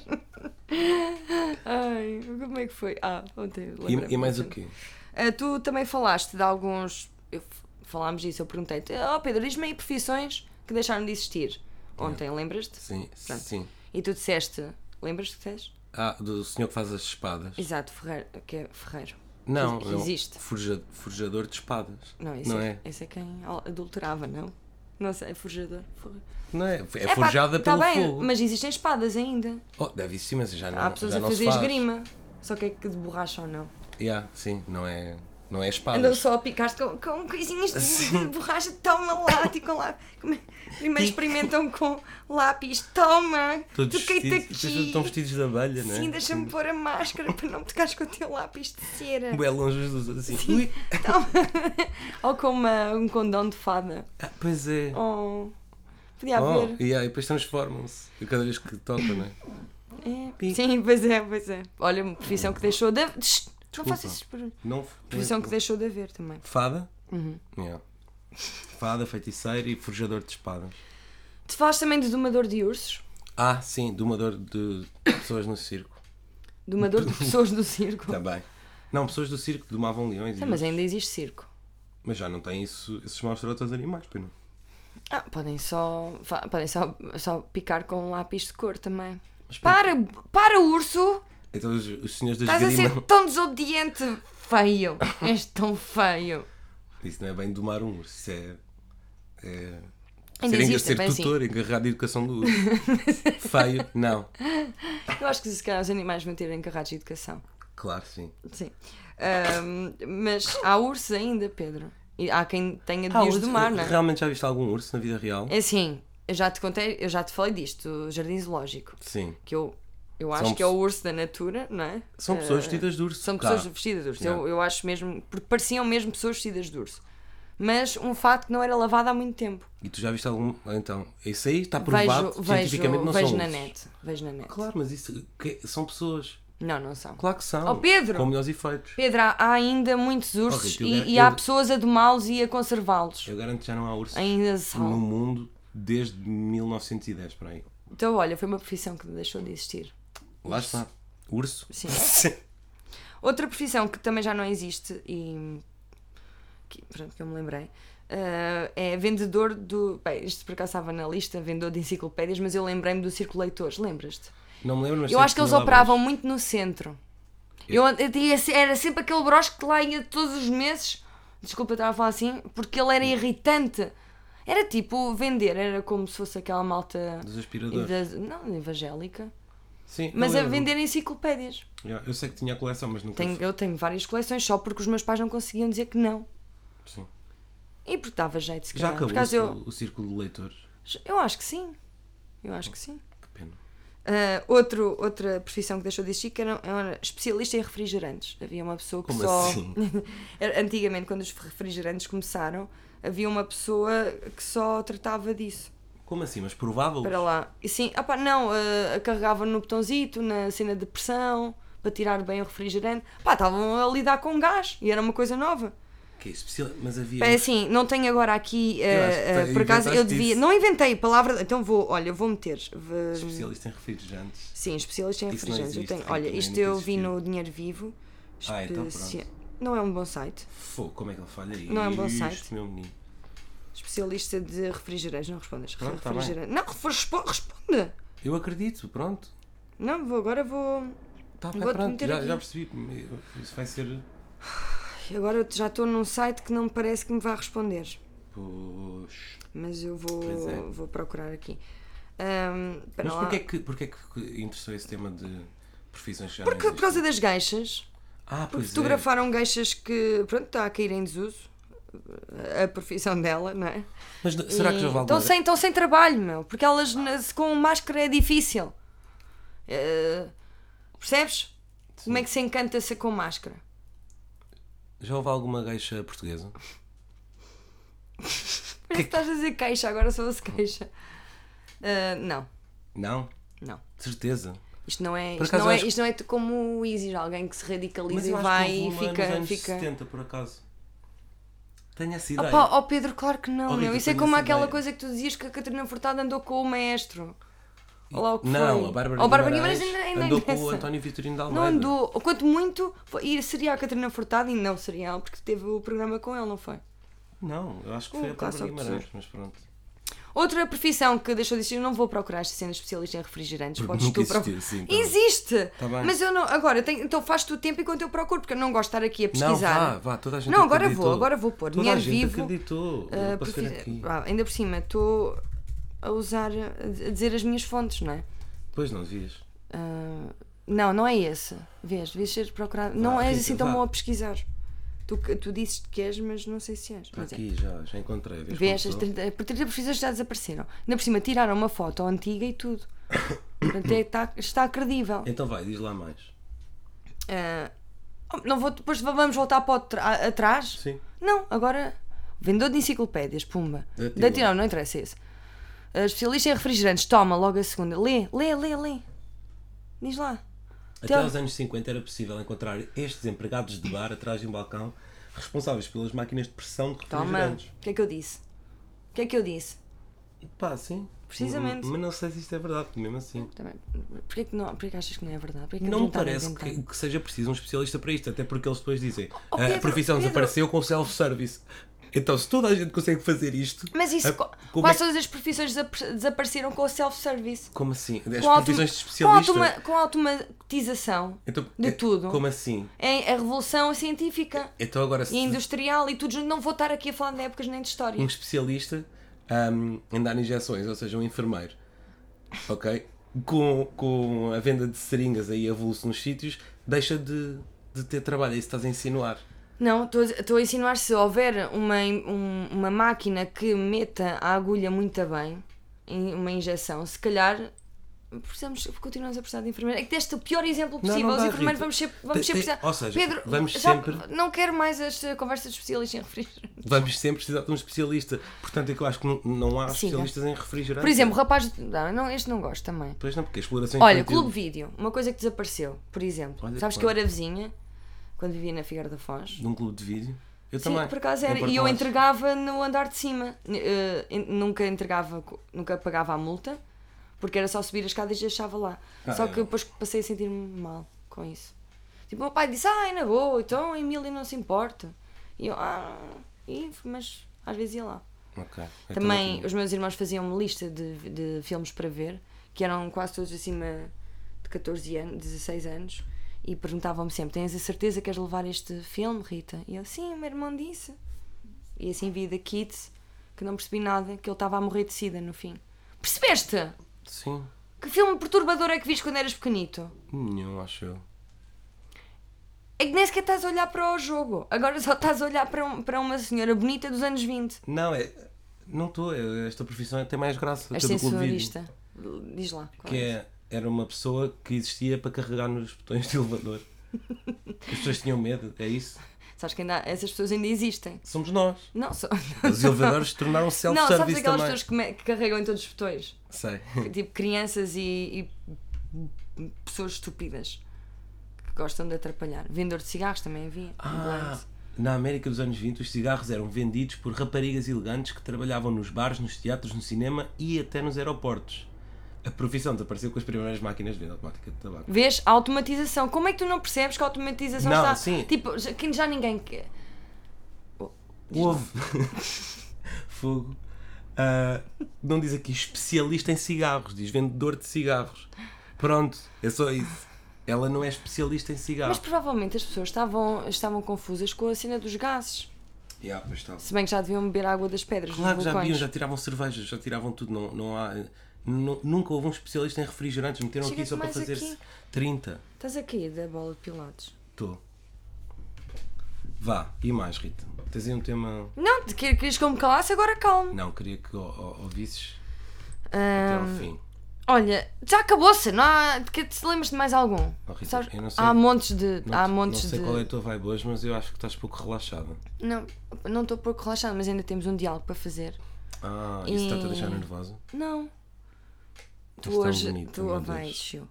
S2: Ai, como é que foi? Ah, ontem. lembrei-me.
S3: E, e mais o quê?
S2: Ah, tu também falaste de alguns. eu f- falámos disso, eu perguntei-te. Oh, Pedro, diz-me aí profissões que deixaram de existir. Ontem, lembras-te?
S3: Sim,
S2: Pronto.
S3: sim.
S2: E tu disseste. Lembras-te que disseste?
S3: Ah, do senhor que faz as espadas.
S2: Exato, Ferreiro. Que é Ferreiro.
S3: Não,
S2: que
S3: não.
S2: existe.
S3: Forja- forjador de espadas.
S2: Não, esse,
S3: não
S2: é,
S3: é?
S2: esse é quem al- adulterava, não? Não sei, é forjador. Forre-
S3: Não é? É,
S2: pá,
S3: forjada
S2: tá
S3: pelo
S2: bem,
S3: fogo.
S2: Mas existem espadas ainda.
S3: Oh, deve existir, mas já não
S2: Há pessoas
S3: já
S2: a
S3: não se
S2: fazer
S3: faz.
S2: esgrima. Só que é que de borracha ou não.
S3: Yeah, sim, não é, não é espada.
S2: Andam só a picar com, com coisinhas de, de borracha, toma
S3: <laughs>
S2: lá, e com lá. come- Primeiro experimentam com lápis, toma,
S3: Todos
S2: toquei-te
S3: vestidos,
S2: aqui.
S3: todos estão vestidos de abelha, não é?
S2: Sim, deixa-me pôr a máscara para não me tocares com o teu lápis de cera.
S3: Bué longe uns dos outros, assim. Ui.
S2: Ou com uma- um condão de fada.
S3: Ah, pois é.
S2: Ou. Podia
S3: Oh,
S2: haver.
S3: yeah, e depois transformam-se. E Cada vez que tocam, não é?
S2: É. Sim, pois é, pois é. Olha, uma profissão que deixou de. Shhh, Não faças esses barulhos.
S3: Não é
S2: Profissão é um que Uhum. deixou de haver também.
S3: Fada? Yeah. Fada, feiticeiro e forjador de espadas.
S2: Tu falas também de domador de ursos?
S3: Ah, sim, domador de pessoas no circo.
S2: Domador
S3: <laughs>
S2: de pessoas do circo?
S3: Também. Não, pessoas do circo domavam leões. e-
S2: Sim, mas é- ainda existe circo.
S3: Mas já não tem isso, esses maus tratos aos animais, pois não?
S2: Ah, podem só, fa- podem só, só picar com um lápis de cor também.
S3: Mas pronto.
S2: Para, para urso!
S3: Então os, os senhores da
S2: Estás a
S3: esgrima.
S2: ser tão desobediente! Feio! És tão
S3: <laughs>
S2: feio!
S3: Isso não é bem domar um urso, isso é. é...
S2: Ainda
S3: ser enga-
S2: existe,
S3: ser
S2: bem assim.
S3: tutor, encarregado de educação do
S2: <laughs>
S3: urso. Feio, não.
S2: Eu acho que se calhar os animais vão ter encarrados de educação.
S3: Claro, sim.
S2: Sim. Ahm, mas há ursos ainda, Pedro. E há quem tenha de os domar, não é?
S3: Realmente já viste algum urso na vida real?
S2: É assim, eu já te contei, eu já te falei disto, do jardim zoológico.
S3: Sim.
S2: Que eu, eu
S3: São
S2: acho que é o
S3: pessoas-
S2: urso da natura, não é?
S3: São
S2: Ah,
S3: pessoas vestidas de urso.
S2: São
S3: cá.
S2: pessoas vestidas de urso. Eu,
S3: Yeah.
S2: eu acho mesmo. Porque pareciam mesmo pessoas vestidas de urso. Mas um fato que não era lavado há muito tempo.
S3: E tu já viste algum. Então, isso aí está provado
S2: Vejo,
S3: cientificamente
S2: vejo,
S3: não
S2: vejo
S3: são
S2: na
S3: ursos.
S2: net. Vejo na net.
S3: Claro, mas isso. que- são pessoas.
S2: Não, não são.
S3: Claro que são.
S2: Oh, Pedro!
S3: Com melhores efeitos.
S2: Pedro, há, há ainda muitos
S3: Oh,
S2: ursos
S3: Rita, eu
S2: e,
S3: gar-
S2: e há
S3: eu-
S2: pessoas a domá-los e a conservá-los.
S3: Eu garanto que já não há ursos
S2: Ainda são.
S3: no mundo desde 1910, por aí.
S2: Então, olha, foi uma profissão que deixou de existir.
S3: Lá está. Urso?
S2: Sim. Outra profissão que também já não existe e. Que, pronto, que eu me lembrei. ah, é vendedor do. Bem, isto por acaso estava na lista, vendedor de enciclopédias, mas eu lembrei-me do Circo Leitores, lembras-te?
S3: <laughs> Não me lembro, mas
S2: Eu
S3: sei
S2: acho que eles
S3: tinha lá
S2: operavam muito no centro. Eu, eu tinha- era sempre aquele broche que lá ia todos os meses. Desculpa, eu estava a falar assim, porque ele
S3: Hum.
S2: era irritante. Era tipo vender, era como se fosse aquela malta.
S3: Dos aspiradores.
S2: eva- não, evangélica.
S3: Sim,
S2: Mas
S3: eu
S2: a
S3: lembro.
S2: vender enciclopédias.
S3: Yeah, eu sei que tinha a coleção, mas nunca
S2: Tenho-
S3: fui.
S2: eu tenho várias coleções só porque os meus pais não conseguiam dizer que não.
S3: Sim.
S2: E porque dava jeito, se calhar.
S3: Já
S2: Por
S3: acabou
S2: acaso eu,
S3: o círculo de leitores.
S2: eu acho que sim. Eu acho que sim.
S3: Que pena.
S2: Ah, outro, outra profissão que deixou de existir que era, era especialista em refrigerantes. Havia uma pessoa que
S3: Como
S2: só.
S3: assim?
S2: <laughs> Era- Antigamente, quando os refrigerantes começaram, havia uma pessoa que só tratava disso.
S3: Como assim? Mas provável?
S2: Para lá. E sim, ah pá, não, ah, carregavam no botãozito, na cena de pressão, para tirar bem o refrigerante. Pá, estavam a lidar com gás e era uma coisa nova.
S3: Que é especial... Mas havia.
S2: Bem, assim, não tenho agora aqui, ah,
S3: acho que
S2: ah,
S3: tu
S2: por acaso eu
S3: inventaste
S2: devia.
S3: isso.
S2: Não inventei a palavra, então vou, olha, vou meter. v-
S3: Especialista em refrigerantes.
S2: Sim, especialista em
S3: Isso não
S2: refrigerantes. Eu
S3: existe,
S2: tenho,
S3: tem
S2: olha,
S3: que nem
S2: isto eu
S3: existir.
S2: vi no Dinheiro Vivo.
S3: Ah, então pronto.
S2: Especia- Não é um bom site.
S3: Fô, como é que ele falha aí?
S2: Não é um bom
S3: Isto,
S2: site.
S3: meu menino.
S2: Especialista de refrigerantes. Não respondas.
S3: Pronto, tá bem.
S2: refrigerante. Não, respo- responde!
S3: Eu acredito, pronto.
S2: Não, vou, agora vou.
S3: Tá, vai,
S2: Vou-te
S3: pronto,
S2: meter
S3: já,
S2: aqui.
S3: já percebi. Isso vai ser.
S2: Agora eu já estou num site que não me parece que me vai responder.
S3: Poxa.
S2: Mas eu vou,
S3: Pois é.
S2: vou procurar aqui. Ahm, espera
S3: Mas
S2: lá.
S3: porquê é, que, porquê é que interessou esse tema de profissões que já
S2: Porque
S3: não
S2: por causa
S3: existem?
S2: das gaixas.
S3: Ah,
S2: Porque
S3: pois
S2: fotografaram gaixas que, pronto, está a cair em desuso. A profissão dela, não é?
S3: é. Mas n- será que já
S2: E
S3: houve alguma...
S2: Estão sem, estão sem trabalho, meu. Porque elas na- se- com máscara é difícil. Eh, percebes? Como é que se encanta-se com máscara?
S3: Já houve alguma gaixa portuguesa?
S2: Parece que
S3: é
S2: estás a dizer queixa, agora só se queixa. Eh, não,
S3: Não?
S2: não.
S3: De certeza.
S2: Isto não é,
S3: Por
S2: isto
S3: acaso
S2: não é,
S3: acho-
S2: isto não é como o Isis, alguém que se radicaliza
S3: Mas
S2: e
S3: eu acho
S2: vai
S3: que
S2: e
S3: houve uma nos
S2: fica.
S3: anos
S2: fica...
S3: 70, por acaso. Tenho essa ideia.
S2: Opa, oh Pedro, claro que não,
S3: Oh,
S2: meu.
S3: Rita,
S2: Isso é
S3: é tenho
S2: como
S3: essa
S2: aquela
S3: ideia.
S2: coisa que tu dizias que a Catarina Furtado andou com o maestro.
S3: E-
S2: Olá, o que
S3: não,
S2: foi?
S3: a Bárbara
S2: Oh, Bárbara
S3: Guimarães
S2: Guimarães ainda- ainda
S3: andou
S2: é
S3: com o
S2: nessa.
S3: António Vitorino de Almeida.
S2: Não andou, ou quanto muito, foi- e seria a Catarina Furtado e não seria ela, porque teve o programa com ele, não foi?
S3: Não, eu acho que foi
S2: Uh,
S3: a
S2: classe
S3: Bárbara
S2: ao tesouro.
S3: Guimarães, mas pronto.
S2: Outra profissão que deixou de existir, eu não vou procurar esta cena especialista em refrigerantes,
S3: <laughs> Porque
S2: podes
S3: nunca
S2: tu procurar.
S3: existiu, sim, tá bem.
S2: Existe!
S3: Tá bem.
S2: Mas eu não, agora, eu tenho- então faz tu o tempo enquanto eu procuro, porque eu não gosto de estar aqui a
S3: Não,
S2: pesquisar.
S3: vá, vá, toda a gente
S2: Não, agora
S3: acreditou.
S2: vou, agora vou pôr
S3: Toda a
S2: dinheiro
S3: gente
S2: vivo.
S3: acreditou.
S2: Ah,
S3: Eu posso ver
S2: profi-
S3: aqui.
S2: Ah, ainda por cima, estou a usar, a d- a dizer as minhas fontes, não é?
S3: Pois não, Tá devias.
S2: Ah, não, não é esse. Vês, devias ser procurado. Não
S3: Vá,
S2: és
S3: Rita,
S2: assim tão
S3: vá.
S2: bom a pesquisar. Tu, que- tu dizes que és, mas não sei se és.
S3: Está
S2: Mas é.
S3: aqui, já, já encontrei. Vês
S2: Vês,
S3: como
S2: as
S3: sou?
S2: 30, por 30 profissões já desapareceram. Ainda por cima, tiraram uma foto antiga e
S3: <coughs>
S2: tudo. Portanto, é- tá- está credível.
S3: Então vai, diz lá mais.
S2: Ah, não vou, depois vamos voltar para o tra- atrás?
S3: Sim.
S2: Não, agora. Vendedor de enciclopédias, pumba.
S3: Datilógrafo.
S2: Dati não, não interessa esse. Ah, especialista em refrigerantes, toma logo a segunda. Lê, lê, lê, lê. Diz lá.
S3: Até
S2: Então-
S3: aos anos 50 era possível encontrar estes empregados de bar atrás de um balcão responsáveis pelas máquinas de pressão de
S2: Toma.
S3: refrigerantes.
S2: O que é que eu disse? O que é que eu disse?
S3: Pá, sim.
S2: Precisamente.
S3: M- Mas não sei se isto é verdade, mesmo assim.
S2: Também. Porquê que, não, porquê que achas que não é verdade? Porquê que
S3: Não me
S2: adiantaram
S3: parece
S2: inventar?
S3: que, que seja preciso um especialista para isto, até porque eles depois dizem
S2: Oh,
S3: "Ah, a
S2: Pedro,
S3: profissão
S2: Pedro."
S3: desapareceu com o self-service. Então, se toda a gente consegue fazer isto.
S2: Mas isso,
S3: ah,
S2: co-
S3: como, é,
S2: quase todas as profissões desap- desapareceram com o self-service.
S3: como assim? As
S2: Com, a
S3: profissões de especialista.
S2: automa- com a automatização
S3: Então,
S2: de
S3: é-
S2: tudo.
S3: Como assim?
S2: É a revolução científica
S3: Então, agora
S2: e
S3: se
S2: industrial e tudo junto. Não vou estar aqui a falar de épocas nem de história.
S3: um especialista ahm, em dar injeções, ou seja, um enfermeiro, ok? Com, com a venda de seringas aí a vulso nos sítios, deixa de, de ter trabalho, é isso que estás a insinuar.
S2: Não, estou a- estou a insinuar se houver uma, in- um- uma máquina que meta a agulha muito bem em uma injeção, se calhar precisamos, continuamos a precisar de enfermeiros. É que deste o pior exemplo
S3: não
S2: possível. Os
S3: dá,
S2: enfermeiros
S3: Rita.
S2: vamos sempre, vamos
S3: Tem-
S2: sempre
S3: tem-
S2: precisar.
S3: ou seja,
S2: Pedro,
S3: vamos
S2: já
S3: sempre-
S2: não quero mais as eh, conversas de especialistas em refrigerantes.
S3: Vamos sempre precisar de um especialista. Portanto, é que eu acho que não, não há
S2: Siga.
S3: especialistas em refrigerantes.
S2: Por exemplo, rapaz. de- Não, não, este não gosto também.
S3: Pois não, porque a exploração
S2: Olha,
S3: infantil-
S2: Clube Vídeo, uma coisa que desapareceu, por exemplo.
S3: Olha,
S2: Sabes que eu
S3: claro.
S2: era vizinha quando vivia na Figueira da Foz.
S3: De um clube de vídeo. Eu
S2: Sim,
S3: também.
S2: por acaso
S3: em
S2: era.
S3: Porto
S2: E eu
S3: Lage.
S2: entregava no andar de cima. N- eh, en- nunca entregava, co- nunca pagava a multa, porque era só subir as escadas e deixava lá.
S3: Ah,
S2: só
S3: é.
S2: que depois passei a sentir-me mal com isso. Tipo, o meu pai disse, ai, na boa, então a Emília não se importa. E eu, ah, e- mas às vezes ia lá.
S3: Ok. Então
S2: Também
S3: não
S2: os meus irmãos faziam uma lista de, de filmes para ver, que eram quase todos acima de 14 anos, 16 anos, e perguntavam-me sempre: Tens a certeza que queres levar este filme, Rita? E eu, sim, o meu irmão disse. E assim vi da Kids, que não percebi nada, que ele estava a morrer de sida no fim. Percebeste?
S3: tinha- Sim.
S2: Que filme perturbador é que viste quando eras pequenito?
S3: Nenhum, acho eu.
S2: É que nem sequer estás a olhar para o jogo, agora só estás a olhar para, um- para uma senhora bonita dos anos 20.
S3: Não, é. Não estou. é- Esta profissão tem mais graça.
S2: És
S3: até do clube de vídeo.
S2: sensualista. Diz lá. qual
S3: que é- era uma pessoa que existia para carregar nos botões de elevador. As pessoas tinham medo, é isso?
S2: Sabes que ainda, essas pessoas ainda existem.
S3: Somos nós.
S2: Não, só.
S3: Os elevadores tornaram
S2: Não, sabes
S3: self-service
S2: aquelas
S3: é um também.
S2: pessoas que, me- que carregam em todos os
S3: <laughs>
S2: botões?
S3: Sei.
S2: Tipo crianças e, e pessoas estúpidas que gostam de atrapalhar. Vendedor de cigarros também havia.
S3: Ah,
S2: ambulante.
S3: na América dos anos 20, os cigarros eram vendidos por raparigas elegantes que trabalhavam nos bares, nos teatros, no cinema e até nos aeroportos. A profissão desapareceu com as primeiras máquinas de venda automática de tabaco.
S2: Vês a automatização. Como é que tu não percebes que a automatização
S3: Não,
S2: está.
S3: sim.
S2: Tipo, já, que já ninguém quer.
S3: Houve. <laughs> Fogo. Ah, não diz aqui especialista em cigarros, diz vendedor de cigarros. Pronto, é só isso. Ela não é especialista em cigarro.
S2: Mas provavelmente as pessoas estavam, estavam confusas com a cena dos gases.
S3: Yeah, tá pois está.
S2: Se bem que já deviam beber água das pedras.
S3: Claro que
S2: dos
S3: já
S2: vulcões.
S3: viam, já tiravam cervejas, já tiravam tudo. Não, não há, nu- nunca houve um especialista em refrigerantes. Meteram aqui
S2: Chega-te
S3: só para
S2: mais
S3: fazer
S2: aqui.
S3: 30.
S2: Estás aqui da bola de Pilates.
S3: Estou. Vá, e mais, Rita? Tens aí um tema.
S2: Não, te que- querias que eu me calasse, agora calmo.
S3: Não, queria que o- o- ouvisses até ao
S2: Ahm,
S3: fim.
S2: olha, já acabou-se, não há. Que te lembras de mais algum?
S3: Oh, Rita,
S2: Sabes,
S3: eu não sei-
S2: há montes de.
S3: Não,
S2: há
S3: te-
S2: montes
S3: não sei
S2: de.
S3: qual é a tua vibe hoje, mas eu acho que estás pouco relaxada.
S2: Não, não estou pouco relaxada, mas ainda temos um diálogo para fazer.
S3: Ah, isso
S2: E-
S3: está-te a deixar nervosa?
S2: Não. Tu
S3: tão
S2: hoje.
S3: bonito,
S2: tu,
S3: meu
S2: oh,
S3: Deus.
S2: baixo.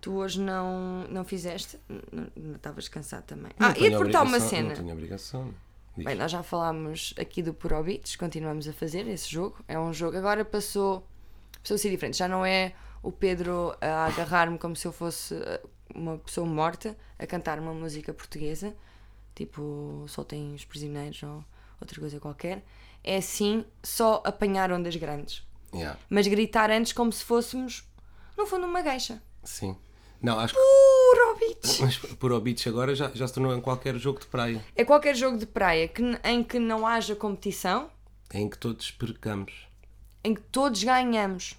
S2: Tu hoje não, não fizeste? Não não estavas cansado também.
S3: Não
S2: ah,
S3: tenho
S2: ia te perguntar uma
S3: obrigação-
S2: cena.
S3: Não tenho obrigação. Diz.
S2: Bem, nós já falámos aqui do Purobits, continuamos a fazer esse jogo. É um jogo. Agora passou, passou a ser diferente. Já não é o Pedro a agarrar-me como se eu fosse eh, uma pessoa morta a cantar uma música portuguesa, tipo Soltem os Prisioneiros ou outra coisa qualquer. É assim, só apanhar ondas grandes.
S3: Yeah,
S2: Mas gritar antes como se fôssemos, no fundo, uma gueixa.
S3: sim. Não, acho que.
S2: Purobits!
S3: <laughs> Mas por Obits agora já, já se tornou em qualquer jogo de praia
S2: É qualquer jogo de praia que, n- em que não haja competição.
S3: em que todos percamos.
S2: em que todos ganhamos.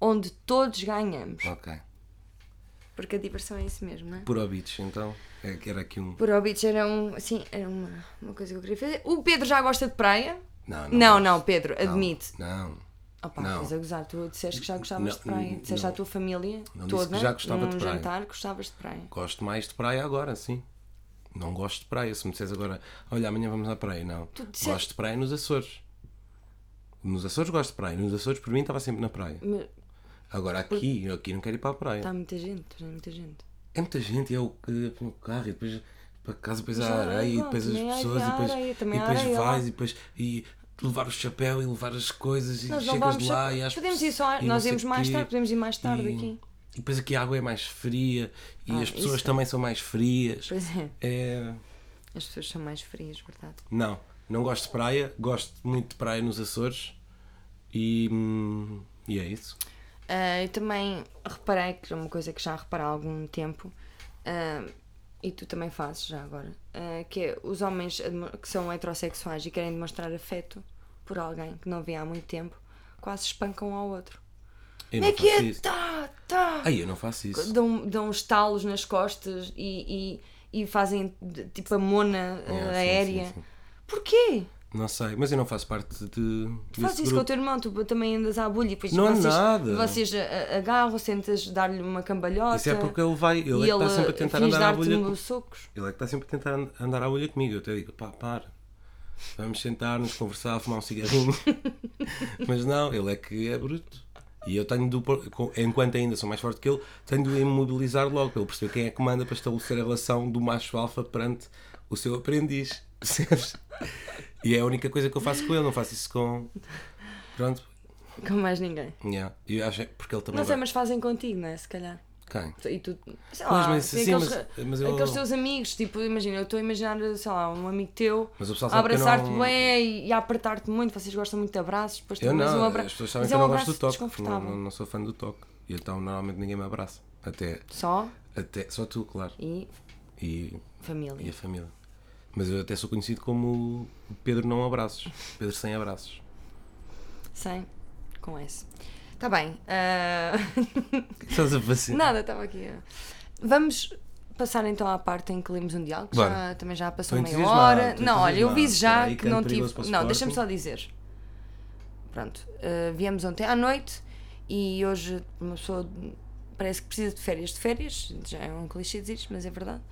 S2: Onde todos ganhamos.
S3: Ok.
S2: Porque a diversão é isso mesmo, não é?
S3: Por Obits, então. É que era aqui um.
S2: Por Hobbits era, um, sim, era uma, uma coisa que eu queria fazer. O Pedro já gosta de praia?
S3: Não,
S2: Não,
S3: gosto.
S2: não, Pedro,
S3: Não,
S2: admite.
S3: Não.
S2: Opa,
S3: Não.
S2: estás a gozar. Tu disseste que já gostavas
S3: Não,
S2: de praia. Disseste
S3: não.
S2: à tua família
S3: Não disse
S2: toda.
S3: que já gostava
S2: num
S3: de praia.
S2: jantar gostavas de praia.
S3: Gosto mais de praia agora, sim. Não gosto de praia. Se me disseres agora, olha, amanhã vamos à praia, não.
S2: disseste-
S3: Gosto de praia nos Açores. Nos Açores gosto de praia. Nos Açores, por mim, estava sempre na praia.
S2: Mas
S3: Agora aqui, eu aqui não quero ir para a praia.
S2: Está muita gente, está muita gente.
S3: É muita gente, é o que põe o carro e depois para casa, depois
S2: Mas
S3: há
S2: há
S3: areia, e
S2: água,
S3: depois as
S2: também há
S3: pessoas, e depois,
S2: areia,
S3: e
S2: também há
S3: depois
S2: areia lá.
S3: vais e depois e levar o chapéu e levar as coisas e
S2: Nós não
S3: chegas
S2: vamos.
S3: lá e as
S2: podemos ir só.
S3: pessoas- e não
S2: Nós
S3: sei
S2: íamos mais
S3: quê,
S2: tarde, podemos ir mais tarde
S3: e-
S2: aqui.
S3: E depois aqui a água é mais fria e
S2: Ah,
S3: as pessoas
S2: isso.
S3: também são mais frias.
S2: Pois é,
S3: É.
S2: as pessoas são mais frias, verdade?
S3: Não, não gosto de praia, gosto muito de praia nos Açores e, hum, e é isso.
S2: Ah, eu também reparei que é uma coisa que já reparei há algum tempo ah, e tu também fazes já agora ah, que é os homens admo- que são heterossexuais e querem demonstrar afeto por alguém que não vê há muito tempo quase espancam ao outro
S3: Eu
S2: é
S3: não
S2: que
S3: faço
S2: é
S3: isso.
S2: tá, tá
S3: Ai, eu não faço isso.
S2: dão, dão estalos nas costas e, e, e fazem de- tipo a mona ah,
S3: É, sim, sim,
S2: aérea
S3: sim.
S2: porquê?
S3: Não sei, mas eu não faço parte de.
S2: Tu
S3: desse
S2: fazes isso
S3: grupo.
S2: com o teu irmão, tu também andas à bulha e depois
S3: Não há
S2: vocês,
S3: nada.
S2: vocês a- a- agarram, sentas dar-lhe uma cambalhota
S3: Isso é porque ele vai, ele é
S2: e eh,
S3: que está sempre a tentar
S2: finge
S3: andar à
S2: dar-te
S3: bolha. com-
S2: um socos.
S3: Ele é que está sempre a tentar and- andar à bolha comigo. Eu até digo, pá, para. Vamos sentar-nos, conversar, fumar um cigarrinho. <laughs> Mas não, ele é que é bruto. E eu tenho de, o pôr- com- enquanto ainda sou mais forte que ele, tenho de o imobilizar logo para ele perceber quem é que manda para estabelecer a relação do macho alfa perante o seu aprendiz. <laughs> Percebes? E é a única coisa que eu faço com ele, não faço isso com. Pronto.
S2: Com mais ninguém.
S3: Yeah. Eu acho é porque ele também.
S2: Não sei,
S3: vai-
S2: mas fazem contigo, não é? Se calhar.
S3: Quem?
S2: E tu, sei
S3: Pois,
S2: lá,
S3: mas
S2: tem
S3: sim,
S2: aqueles,
S3: mas- mas eu-
S2: aqueles teus amigos, tipo, imagina, eu estou a imaginar, sei lá, um amigo teu
S3: Mas o pessoal
S2: a
S3: sabe que eu
S2: abraçar-te
S3: não-
S2: bem e, e a apertar-te muito, vocês gostam muito de abraços, depois tu
S3: Eu
S2: mas
S3: não,
S2: um abra...
S3: as pessoas sabem
S2: mas é
S3: que eu
S2: um
S3: não
S2: abraço
S3: gosto do toque. Não,
S2: desconfortável.
S3: não, não sou fã do toque. E então normalmente ninguém me abraça. Até,
S2: Só
S3: até só tu, claro.
S2: e
S3: E,
S2: família.
S3: e a família. Mas eu até sou conhecido como o Pedro não abraços. Pedro sem abraços.
S2: Sem, com S. Está bem. ah, <laughs>
S3: O que Estás a fazer?
S2: Nada, estava aqui. a- Vamos passar então à parte em que lemos um diálogo. que
S3: Bora.
S2: Já, também já passou
S3: Tô
S2: meia
S3: entusiasmado,
S2: hora.
S3: tô
S2: Não, olha, eu
S3: entusiasmado.
S2: aviso já
S3: Peraí,
S2: que
S3: canto
S2: não
S3: perigoso
S2: tive.
S3: para o
S2: Não,
S3: Sporting.
S2: deixa-me só dizer. Pronto, eh, viemos ontem à noite e hoje uma pessoa parece que precisa de férias de férias. Já é um clichê dizer isto, mas é verdade.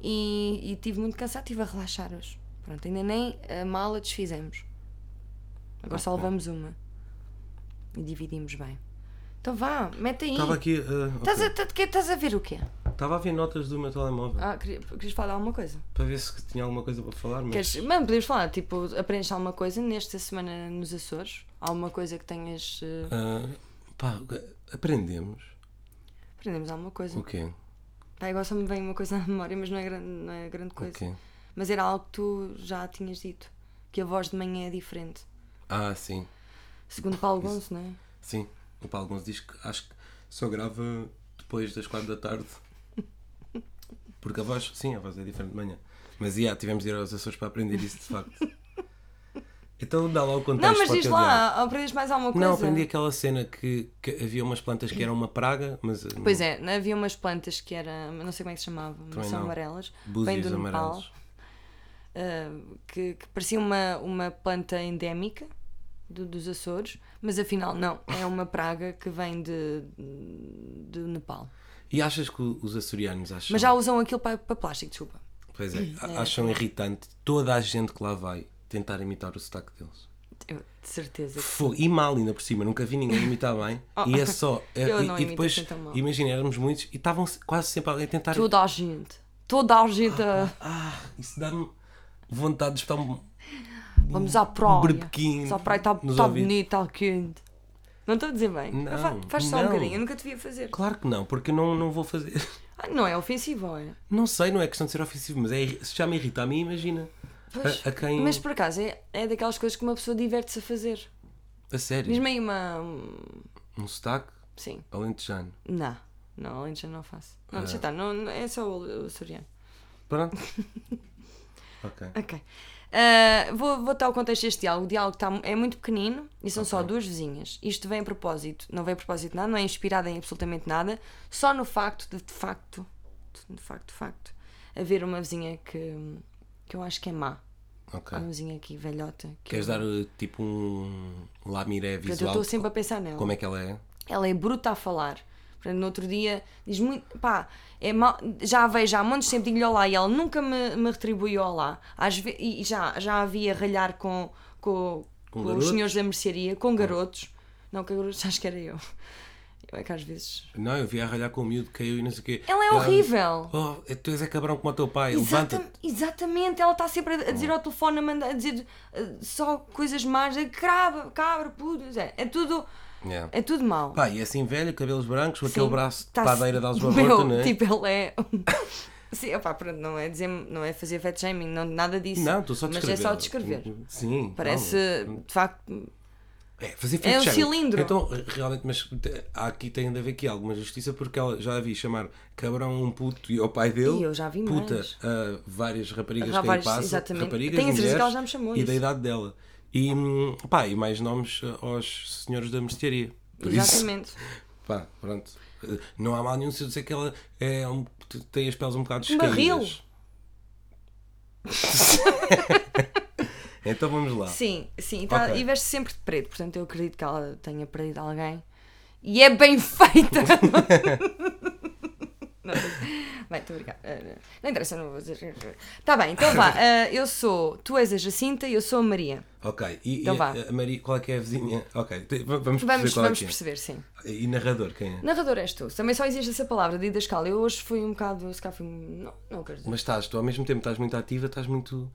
S2: E e estive muito cansada, estive a relaxar hoje. Pronto, ainda nem a mala desfizemos. Agora só
S3: Ok.
S2: levamos uma. E dividimos bem. Então vá, mete aí.
S3: Estava aqui. ah, ok.
S2: Estás a, tá- que- estás a ver o quê?
S3: Estava a ver notas do meu telemóvel
S2: Ah, queria- querias falar de alguma coisa?
S3: para ver se tinha alguma coisa para falar, mas
S2: Queres, mano, podemos falar, tipo, aprendeste alguma coisa nesta semana nos Açores? Alguma coisa que tenhas. eh,
S3: ah, pá, aprendemos.
S2: aprendemos alguma coisa.
S3: O quê?
S2: Pá, agora só me vem uma coisa à memória, mas não é grande, não é grande
S3: O
S2: coisa.
S3: quê?
S2: Mas era algo que tu já tinhas dito: que a voz de manhã é diferente.
S3: Ah, sim.
S2: Segundo Paulo Gonço, não é?
S3: Sim, o Paulo Gonçalves diz que acho que só grava depois das 4 da tarde. Porque a voz, sim, a voz é diferente de manhã. Mas yeah, tivemos de ir aos Açores para aprender isso de facto. Então dá lá o contexto.
S2: Não, mas
S3: para o
S2: diz
S3: teu diálogo.
S2: lá, aprendes mais alguma coisa?
S3: Não, aprendi aquela cena que, que havia umas plantas que eram uma praga, mas. eh,
S2: Pois é, havia umas plantas que era, não sei como é que se chamavam, mas são
S3: não.
S2: amarelas, bem
S3: Búzios
S2: do Nepal,
S3: amarelos.
S2: ah, que, que parecia uma, uma planta endémica do- dos Açores, mas afinal não, é uma praga que vem de, do Nepal.
S3: E achas que o- os açorianos acham.
S2: Mas já usam aquilo para, para plástico, desculpa.
S3: Pois é, a- acham irritante toda a gente que lá vai tentar imitar o sotaque deles.
S2: Eu- de certeza.
S3: Fogo. E mal ainda por cima, nunca vi ninguém imitar bem. E
S2: <laughs>
S3: é só. é-
S2: Oh. Eu
S3: e,
S2: não
S3: e
S2: imito
S3: depois,
S2: assim tão mal.
S3: imagina, éramos muitos e estavam se- quase sempre alguém a tentar.
S2: Toda a gente, toda a gente, a-
S3: Ah, isso dá-me vontade de estar um.
S2: vamos à praia,
S3: berbequim
S2: Mas a praia está
S3: nos
S2: tá
S3: ouvidos.
S2: bonita, está quente. Não estou a dizer bem,
S3: Não,
S2: Fa- faz só um
S3: não.
S2: bocadinho, eu nunca te via fazer.
S3: Claro que não, porque eu não, não vou fazer. <laughs>
S2: Ah, não é ofensivo, olha.
S3: Não sei, não é questão de ser ofensivo, mas é, irri- se já me irrita a mim, imagina.
S2: Pois,
S3: a, a quem.
S2: Mas por acaso é, é daquelas coisas que uma pessoa diverte-se a fazer.
S3: A sério.
S2: Diz-me aí uma. um,
S3: Um sotaque
S2: Sim.
S3: alentejano.
S2: Não. Não, além já não faço.
S3: Ah.
S2: Não, deixa estar. Não, não- é só o, o soriano. <laughs>
S3: Pronto. ok.
S2: Ok. Ah, vou, vou dar o contexto deste diálogo. O diálogo tá, é muito pequenino e são só duas vizinhas. Isto vem a propósito. Não vem a propósito de nada, não é inspirado em absolutamente nada. Só no facto de, de facto, de facto, de facto, haver uma vizinha que, que eu acho que é má.
S3: Ok.
S2: Há Uma vizinha aqui, velhota. Que
S3: Queres
S2: eu,
S3: dar uh, tipo um lamiré
S2: Portanto, eu
S3: visual?
S2: estou sempre a pensar nela.
S3: Como é que ela é?
S2: ela é bruta a falar. Portanto, no outro dia diz muito, pá, é mal, já a vejo há montes de tempo, digo-lhe olá e ela nunca me, me retribui olá. Às ve- e já, já havia ralhar com, com,
S3: Com
S2: com os
S3: garotos?
S2: senhores da mercearia, com garotos. Não, com garotos, <laughs> acho que era eu. Eu é que às vezes.
S3: Não, eu vi a ralhar com o miúdo, caiu e não sei o quê.
S2: Ela é
S3: E
S2: horrível.
S3: Oh, tu és é cabrão como o teu pai,
S2: Exata-
S3: levanta-te.
S2: exatamente, ela está sempre a a dizer ao telefone, a, mandar, a dizer eh, só coisas más, a craba, cabra, puto, é, é tudo.
S3: Yeah.
S2: É tudo mau.
S3: Pá, e assim velho, cabelos brancos, com aquele
S2: Sim,
S3: braço de
S2: tá-se-
S3: padeira de
S2: <laughs>
S3: alma
S2: Meu,
S3: morta, não é?
S2: Tipo, ele é. <coughs> Sim, opá, pronto, não é, dizer, não é fazer fat shaming, não, nada disso.
S3: Não, estou só a
S2: Mas
S3: descrever.
S2: é só descrever.
S3: Sim.
S2: Parece, de facto.
S3: calma. É, fazer
S2: é um
S3: fact-checking.
S2: cilindro.
S3: Então, realmente, mas te- há aqui tem de haver aqui alguma justiça, porque ela já a vi chamar cabrão um puto e ao pai dele.
S2: E eu já vi
S3: Puta,
S2: mais.
S3: a várias raparigas
S2: Há
S3: que aí
S2: vários-
S3: passam.
S2: exatamente.
S3: Raparigas,
S2: Tenho a certeza que
S3: mulheres,
S2: ela já me chamou
S3: E
S2: isso.
S3: da idade dela. E, hum, pá, e mais nomes eh, aos senhores da mercearia. Por isso-
S2: Exatamente.
S3: Pá, pronto. Eh, Não há mal nenhum se eu dizer que ela é um- tem as peles um bocado
S2: Um barril.
S3: descaídas. <laughs> então vamos lá.
S2: Sim, sim. e tá-
S3: Ok.
S2: E veste sempre de preto, portanto eu acredito que ela tenha perdido alguém. E é bem <laughs>
S3: <laughs>
S2: feita! Não, tô- Bem, estou obrigada. Não interessa, não vou dizer. Tá bem, então
S3: <laughs>
S2: vá. eh, Eu sou. Tu és a Jacinta e eu sou a Maria.
S3: Ok, e,
S2: Então
S3: e
S2: vá.
S3: a, a Maria, qual é que é a vizinha? Ok, te- v- vamos perceber
S2: Vamos,
S3: qual
S2: vamos
S3: é que
S2: perceber, sim.
S3: é. E narrador, quem é?
S2: Narrador és tu. Também só existe essa palavra de escala. Eu hoje fui um bocado. Se calhar fui. um, Não, não quero dizer.
S3: Mas estás, tu ao mesmo tempo estás muito ativa, estás muito.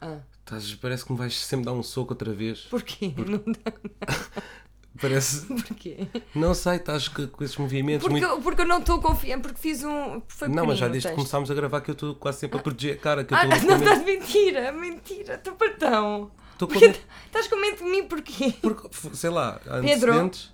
S2: Ah,
S3: Estás, parece que me vais sempre dar um soco outra vez.
S2: porquê? Não dá.
S3: Parece.
S2: Porquê?
S3: Não sei, estás co- com esses movimentos
S2: Porque,
S3: muito.
S2: eu- porque eu não estou confiante. Porque fiz um. Foi
S3: Não, mas já
S2: pequenino o
S3: desde que
S2: texto.
S3: começámos a gravar que eu estou quase sempre a proteger a cara, que eu
S2: Ah, <laughs>
S3: estou
S2: não
S3: com medo.
S2: estás mentira, mentira, tu partão.
S3: Tô com
S2: Porquê
S3: medo.
S2: t- Estás com medo de mim porquê?
S3: Porque, f- sei lá, há
S2: Pedro.
S3: antecedentes.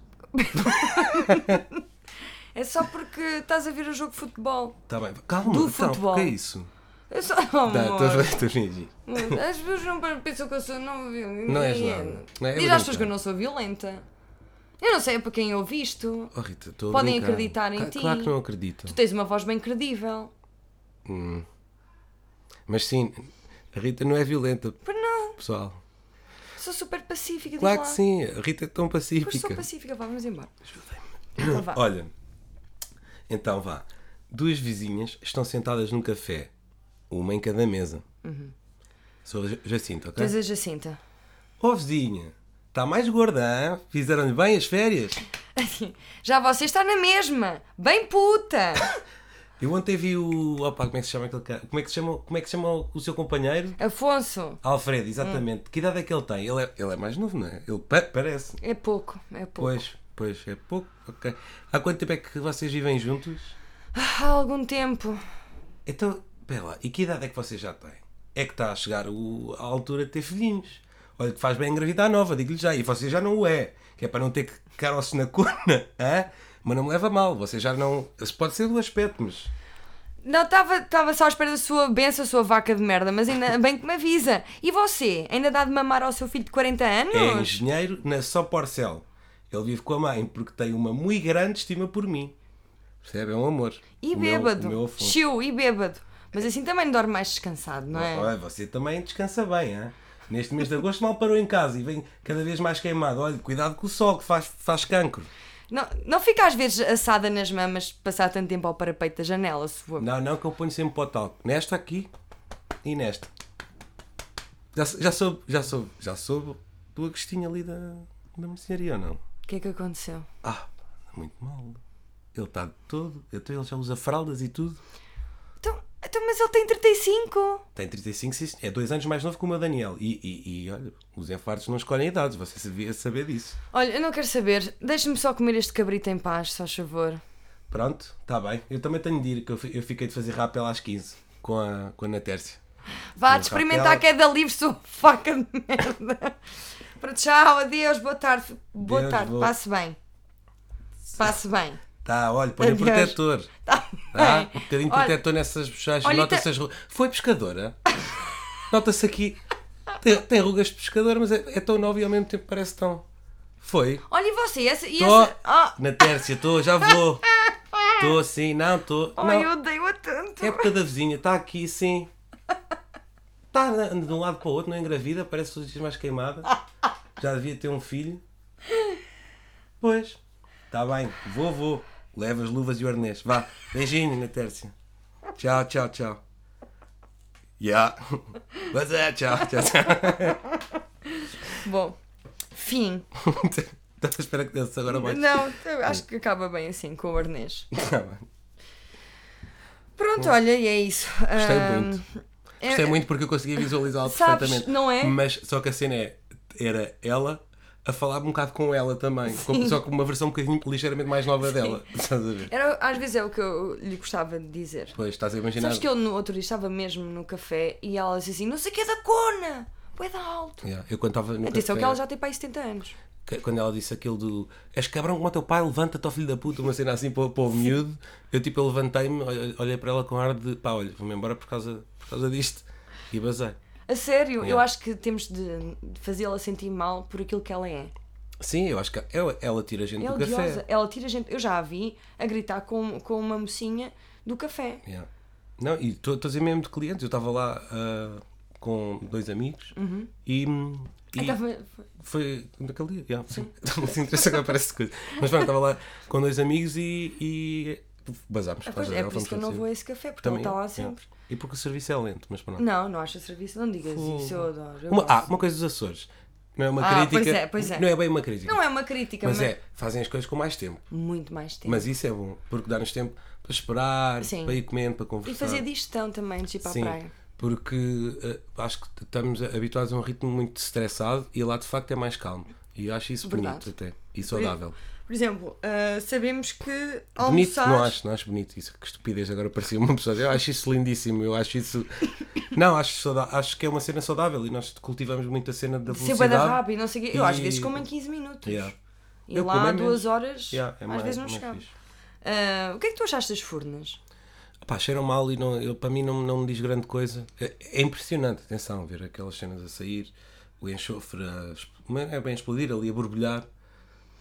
S2: É só porque estás a ver o jogo de futebol.
S3: Tá bem, calma,
S2: Do
S3: então,
S2: futebol.
S3: o que é isso?
S2: É só. <laughs> Oh,
S3: Tá,
S2: amor.
S3: estou a- <laughs> estou a fingir.
S2: As pessoas não pensam que eu sou. Não,
S3: Não és nada. Não é
S2: Diz às pessoas
S3: brincar.
S2: que eu não sou violenta. Eu não sei é para quem eu visto.
S3: Oh, Rita, estou a
S2: Podem
S3: brincar.
S2: acreditar em
S3: Ca-
S2: ti.
S3: Claro que não acreditam.
S2: Tu tens uma voz bem credível.
S3: Mas sim, a Rita não é violenta,
S2: Pois não,
S3: pessoal.
S2: sou super pacífica.
S3: Claro
S2: diz
S3: que
S2: lá.
S3: sim, Tá. a Rita é tão
S2: Pois sou
S3: pacífica.
S2: pacífica, vá, vamos embora. Então vá.
S3: Olha, então vá. Duas vizinhas estão sentadas num café, uma em cada mesa. Sou a Ja- Jacinta, ok?
S2: Uhum. Tens a Jacinta.
S3: Ó vizinha, está mais gorda, hã? Fizeram-lhe bem as férias?
S2: Assim, Já você está na mesma. Bem
S3: <laughs>
S2: puta.
S3: Eu ontem vi o. Opa, como é que se chama aquele cara? Como é que se chama, como é que se chama o seu companheiro?
S2: Afonso.
S3: Alfredo, exatamente. Que idade é que ele tem? Ele é, ele é mais novo, não é? Ele pa- parece.
S2: É pouco, é pouco.
S3: Pois, pois, é pouco. Ok. Há quanto tempo é que vocês vivem juntos?
S2: Ah, Há algum tempo.
S3: Então, pera lá, e que idade é que vocês já têm? É que está a chegar o, a altura de ter filhinhos. Olha, que faz bem engravidar a nova, digo-lhe já. E você já não o é. Que é para não ter que caroços <laughs> na cuna, hã? Mas não me leva a mal, você já não. Isso pode ser do aspecto, mas.
S2: Não, estava estava só à espera da sua benção, sua vaca de merda, mas
S3: <laughs>
S2: ainda bem que me avisa. E você? Ainda dá de mamar ao seu filho de 40
S3: É
S2: anos?
S3: engenheiro na Só Porcel. Ele vive com a mãe porque tem uma muito grande estima por mim. Percebe? É um amor.
S2: e
S3: O meu-
S2: bêbado.
S3: o meu Afonso.
S2: Chiu, e bêbado. Mas assim também dorme mais descansado, não é?
S3: Olha, você também descansa bem, hein? Neste mês de agosto mal parou em casa e vem cada vez mais queimado. Olha, cuidado com o sol que faz, faz cancro.
S2: Não, não fica às vezes assada nas mamas de passar tanto tempo ao parapeito da janela, se for.
S3: Não, não, que eu ponho sempre para o talco. Nesta aqui e nesta. Já, já soube, já soube, já soube do Agostinho ali da, da mercearia ou não?
S2: O que é que aconteceu?
S3: Ah, muito mal. Ele está todo, então ele já usa fraldas e tudo.
S2: Então, então, mas ele tem 35.
S3: Tem 35, sim, senhor. é dois anos mais novo que o meu Daniel. E, e, e, olha, os infartos não escolhem idades, você devia saber disso.
S2: Olha, eu não quero saber. Deixa-me só comer este cabrito em paz, só favor.
S3: Pronto, está bem. Eu também tenho de ir, que eu, fi- eu fiquei de fazer rapel às 15 com a, com a Ana Tércia.
S2: Vá,
S3: Não,
S2: de experimentar
S3: Raquel.
S2: queda livre, sua <laughs> faca de merda. Para tchau, adeus, boa tarde. Boa
S3: Deus,
S2: tarde,
S3: vou-
S2: passe bem. Passe bem.
S3: Tá, olha, põe o
S2: Adeus.
S3: protetor.
S2: Tá
S3: Tá?
S2: bem.
S3: Um bocadinho de
S2: Olha,
S3: protetor nessas bochechas.
S2: olha, então-
S3: Nota-se as rugas. Foi pescadora? Nota-se aqui. Tem, tem rugas de pescadora, mas é, é tão nova e ao mesmo tempo parece tão. Foi.
S2: Olha, e você? E essa, e
S3: Tô
S2: essa... Ah,
S3: na Tércia, estou, já
S2: <laughs>
S3: vou. Estou assim, não, estou.
S2: Ai, eu odeio-a tanto.
S3: É porque da vizinha está aqui, sim. Está na- de um lado para o outro, não engravida, parece todos os dias mais queimada. Já devia ter um filho. Pois, está bem, vou, vou. Leva as luvas e o arnês. Vá, beijinho na Tércia. Tchau, tchau, tchau. Yeah. Mas é, tchau, tchau, tchau. <laughs>
S2: Bom, fim.
S3: Estava à espera que desse agora mais.
S2: Não, eu acho que acaba bem assim, com o arnês.
S3: Tá bem.
S2: Pronto, olha, e é isso.
S3: Gostei
S2: Ahm,
S3: muito.
S2: é-
S3: Gostei muito porque eu conseguia visualizá-lo
S2: Sabes,
S3: perfeitamente.
S2: não é?
S3: Mas só que a cena é, era ela a falar um bocado com ela também. com- só com uma versão um bocadinho ligeiramente mais nova dela. <laughs> Estás a ver?
S2: Era, às vezes é o que eu lhe gostava de dizer.
S3: Pois, estás a imaginar.
S2: Sabes que eu no outro dia estava mesmo no café e ela disse assim: não sei o que é da cona, bué da alto.
S3: Yeah, eu quando estava no
S2: Atenção
S3: café,
S2: que ela já tem para aí 70 anos.
S3: que- quando ela disse aquilo do és cabrão como o teu pai, levanta-te ao filho da puta, uma cena assim para, o- para o miúdo, eu tipo eu levantei-me, olhe- olhei para ela com ar de pá, olha, vou-me embora por causa, por causa disto e basei.
S2: A sério, eu
S3: Yeah.
S2: acho que temos de de fazê-la sentir mal por aquilo que ela é.
S3: Sim, eu acho que ela, ela tira a gente
S2: É
S3: do café.
S2: odiosa. Ela tira gente. Eu já a vi a gritar com, com uma mocinha do café.
S3: Yeah. Não, e estou a dizer mesmo de clientes. Eu estava lá ah, com dois amigos e, e
S2: Uhum. Eu tava-
S3: foi naquele dia. Yeah, sim. <laughs> Não se interessa que aparece coisa. Mas pronto, estava lá com dois amigos e, e basámos.
S2: Ah, pois,
S3: estás a ver?
S2: é por isso
S3: Fomos
S2: que eu não
S3: fazer.
S2: vou a esse café, porque
S3: Também
S2: ela está lá
S3: eu, yeah.
S2: sempre.
S3: E porque o serviço é lento, mas pronto.
S2: Não, não acho serviço, não digas isso, eu adoro. eu
S3: Uma, ah,
S2: gosto.
S3: uma coisa dos Açores. Não é uma
S2: Ah,
S3: crítica.
S2: pois é, pois é.
S3: Não é bem uma crítica.
S2: Não é uma crítica,
S3: mas
S2: mas,
S3: é, fazem as coisas com mais tempo.
S2: muito mais tempo.
S3: Mas isso é bom, porque dá-nos tempo para esperar,
S2: Sim.
S3: para ir comendo, para
S2: E
S3: conversar.
S2: fazer digestão também, de ir para a praia.
S3: porque eh, acho que estamos habituados a um ritmo muito estressado e lá de facto é mais calmo. E eu acho isso
S2: Verdade.
S3: bonito até. E saudável.
S2: Por exemplo, ah, sabemos que
S3: Bonito,
S2: almoçar.
S3: não acho, não acho bonito isso. Que estupidez, agora parecia uma pessoa. Eu acho isso lindíssimo, eu
S2: <laughs>
S3: acho isso. Não, acho, sauda- acho que é uma cena saudável e nós cultivamos muito a cena da
S2: Ser bué da
S3: velocidade.
S2: rápido, não sei o quê. Eu às
S3: E-
S2: vezes como em 15 minutos.
S3: Yeah.
S2: E
S3: Eu como
S2: lá
S3: é
S2: há duas
S3: menos.
S2: horas,
S3: Yeah, é
S2: às
S3: mais-
S2: vezes não
S3: mais
S2: chegava.
S3: fixe.
S2: Ah, o que é que tu achaste das furnas?
S3: Pá, cheiram mal e não, eu, para mim não, não me diz grande coisa. É, é impressionante, atenção, ver aquelas cenas a sair, o enxofre a, exp- é bem explodir ali, a borbulhar.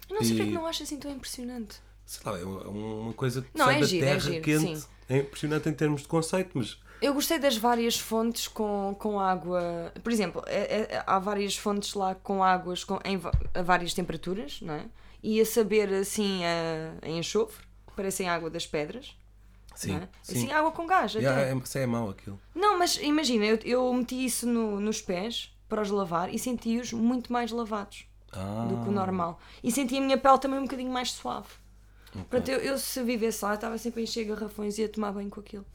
S2: Eu não sei
S3: E-
S2: porque é que não acho assim tão impressionante.
S3: sei lá, é uma- é uma coisa que
S2: Não,
S3: sai
S2: é
S3: da
S2: giro, é
S3: terra
S2: giro,
S3: quente.
S2: sim.
S3: É impressionante em termos de conceito, mas
S2: Eu gostei das várias fontes com, com água. Por exemplo, é- é- há várias fontes lá com águas com, em va- a várias temperaturas, não é? E a saber assim a, a enxofre, parecem água das pedras,
S3: sim,
S2: não é?
S3: sim.
S2: Assim, água com gás.
S3: Yeah,
S2: até.
S3: é, isso é mau aquilo.
S2: Não, mas imagina, eu, eu meti isso no- nos pés para os lavar e senti-os muito mais lavados
S3: Ah,
S2: do que o normal. E senti a minha pele também um bocadinho mais suave. Portanto, eu, eu se vivesse lá, estava sempre a encher garrafões e a tomar banho com aquilo.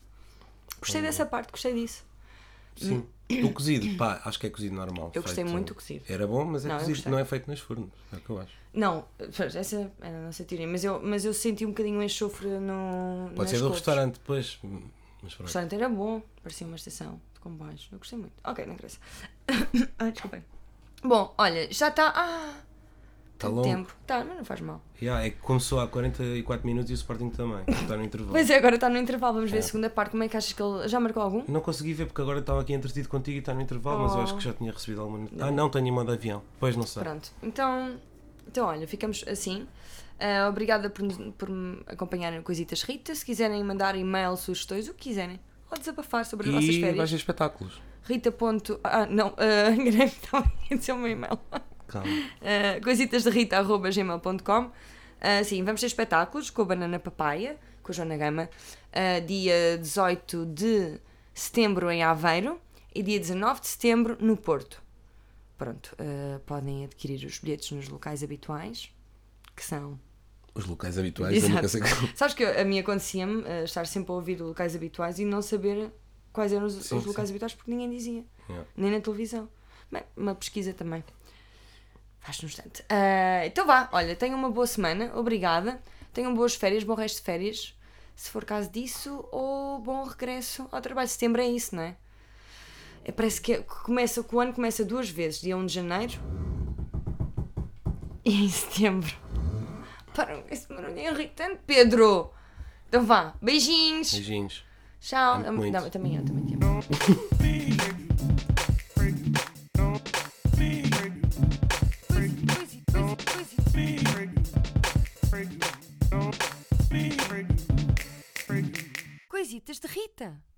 S2: Gostei dessa parte, gostei disso.
S3: Ah, sim. O cozido, pá, acho que é cozido normal.
S2: Eu gostei muito do cozido.
S3: Era bom, mas é
S2: Não, eu
S3: cozido,
S2: gostei.
S3: não é feito nas fornas, é o que eu acho.
S2: Não, pois, essa era a nossa teoria, mas eu, mas eu senti um bocadinho enxofre no. nas
S3: Pode ser do
S2: couves.
S3: restaurante depois, mas
S2: O
S3: pronto.
S2: restaurante era bom, parecia uma estação de comboios. Eu gostei <laughs> muito. Ok, não interessa. Ai, desculpem. Bom, olha, já está. Ah!
S3: Está
S2: Tanto
S3: Tá longo.
S2: tempo. Tá, mas não faz mal.
S3: Yeah, é que começou há 44 minutos e o Sporting
S2: <laughs>
S3: também. Está no intervalo.
S2: Pois é, agora está no intervalo, vamos ver a segunda parte. Como é que achas que ele já marcou algum?
S3: Não consegui ver porque agora estava aqui entretido contigo e está no intervalo, mas eu
S2: é. Oh.
S3: acho que já tinha recebido alguma notícia. Ah, não, tenho em modo avião. Pois não sei.
S2: Pronto, então, então olha, ficamos assim. Ah, obrigada por, nos- por me acompanharem o Coisitas Rita. Se quiserem mandar e-mail, sugestões, o que quiserem. Ou desabafar sobre as vossas
S3: E
S2: férias.
S3: vais ver espetáculos.
S2: Rita. Ponto, ah, não, ah, <laughs> Graham estava a dizer o meu e-mail.
S3: Calma.
S2: Uh, coisitasderrita.gmail.com Uh, Sim, vamos ter espetáculos com a Banana Papaya, com a Joana Gama, uh, dia 18 de setembro em Aveiro e dia 19 de setembro no Porto. Pronto, uh, podem adquirir os bilhetes nos locais habituais, que são...
S3: Os locais habituais, eu nunca sei qual.
S2: <laughs> Sabes que a mim acontecia-me uh, estar sempre a ouvir locais habituais e não saber quais eram os,
S3: Sim,
S2: os locais
S3: sim.
S2: habituais porque ninguém dizia,
S3: Yeah.
S2: nem na televisão. Bem, uma pesquisa também. Faz num instante. Ah, então vá, olha, tenham uma boa semana, obrigada. Tenham boas férias, bom resto de férias, se for caso disso, ou bom regresso ao trabalho. Setembro é isso, não é? É, Parece que, é- que começa, que o ano começa duas vezes, dia 1 de janeiro e em setembro. Para, esse barulho é irritante, Pedro! Então vá, beijinhos!
S3: Beijinhos.
S2: Tchau!
S3: Amo muito.
S2: Dá- também eu, também te amo. Coisitas de Rita!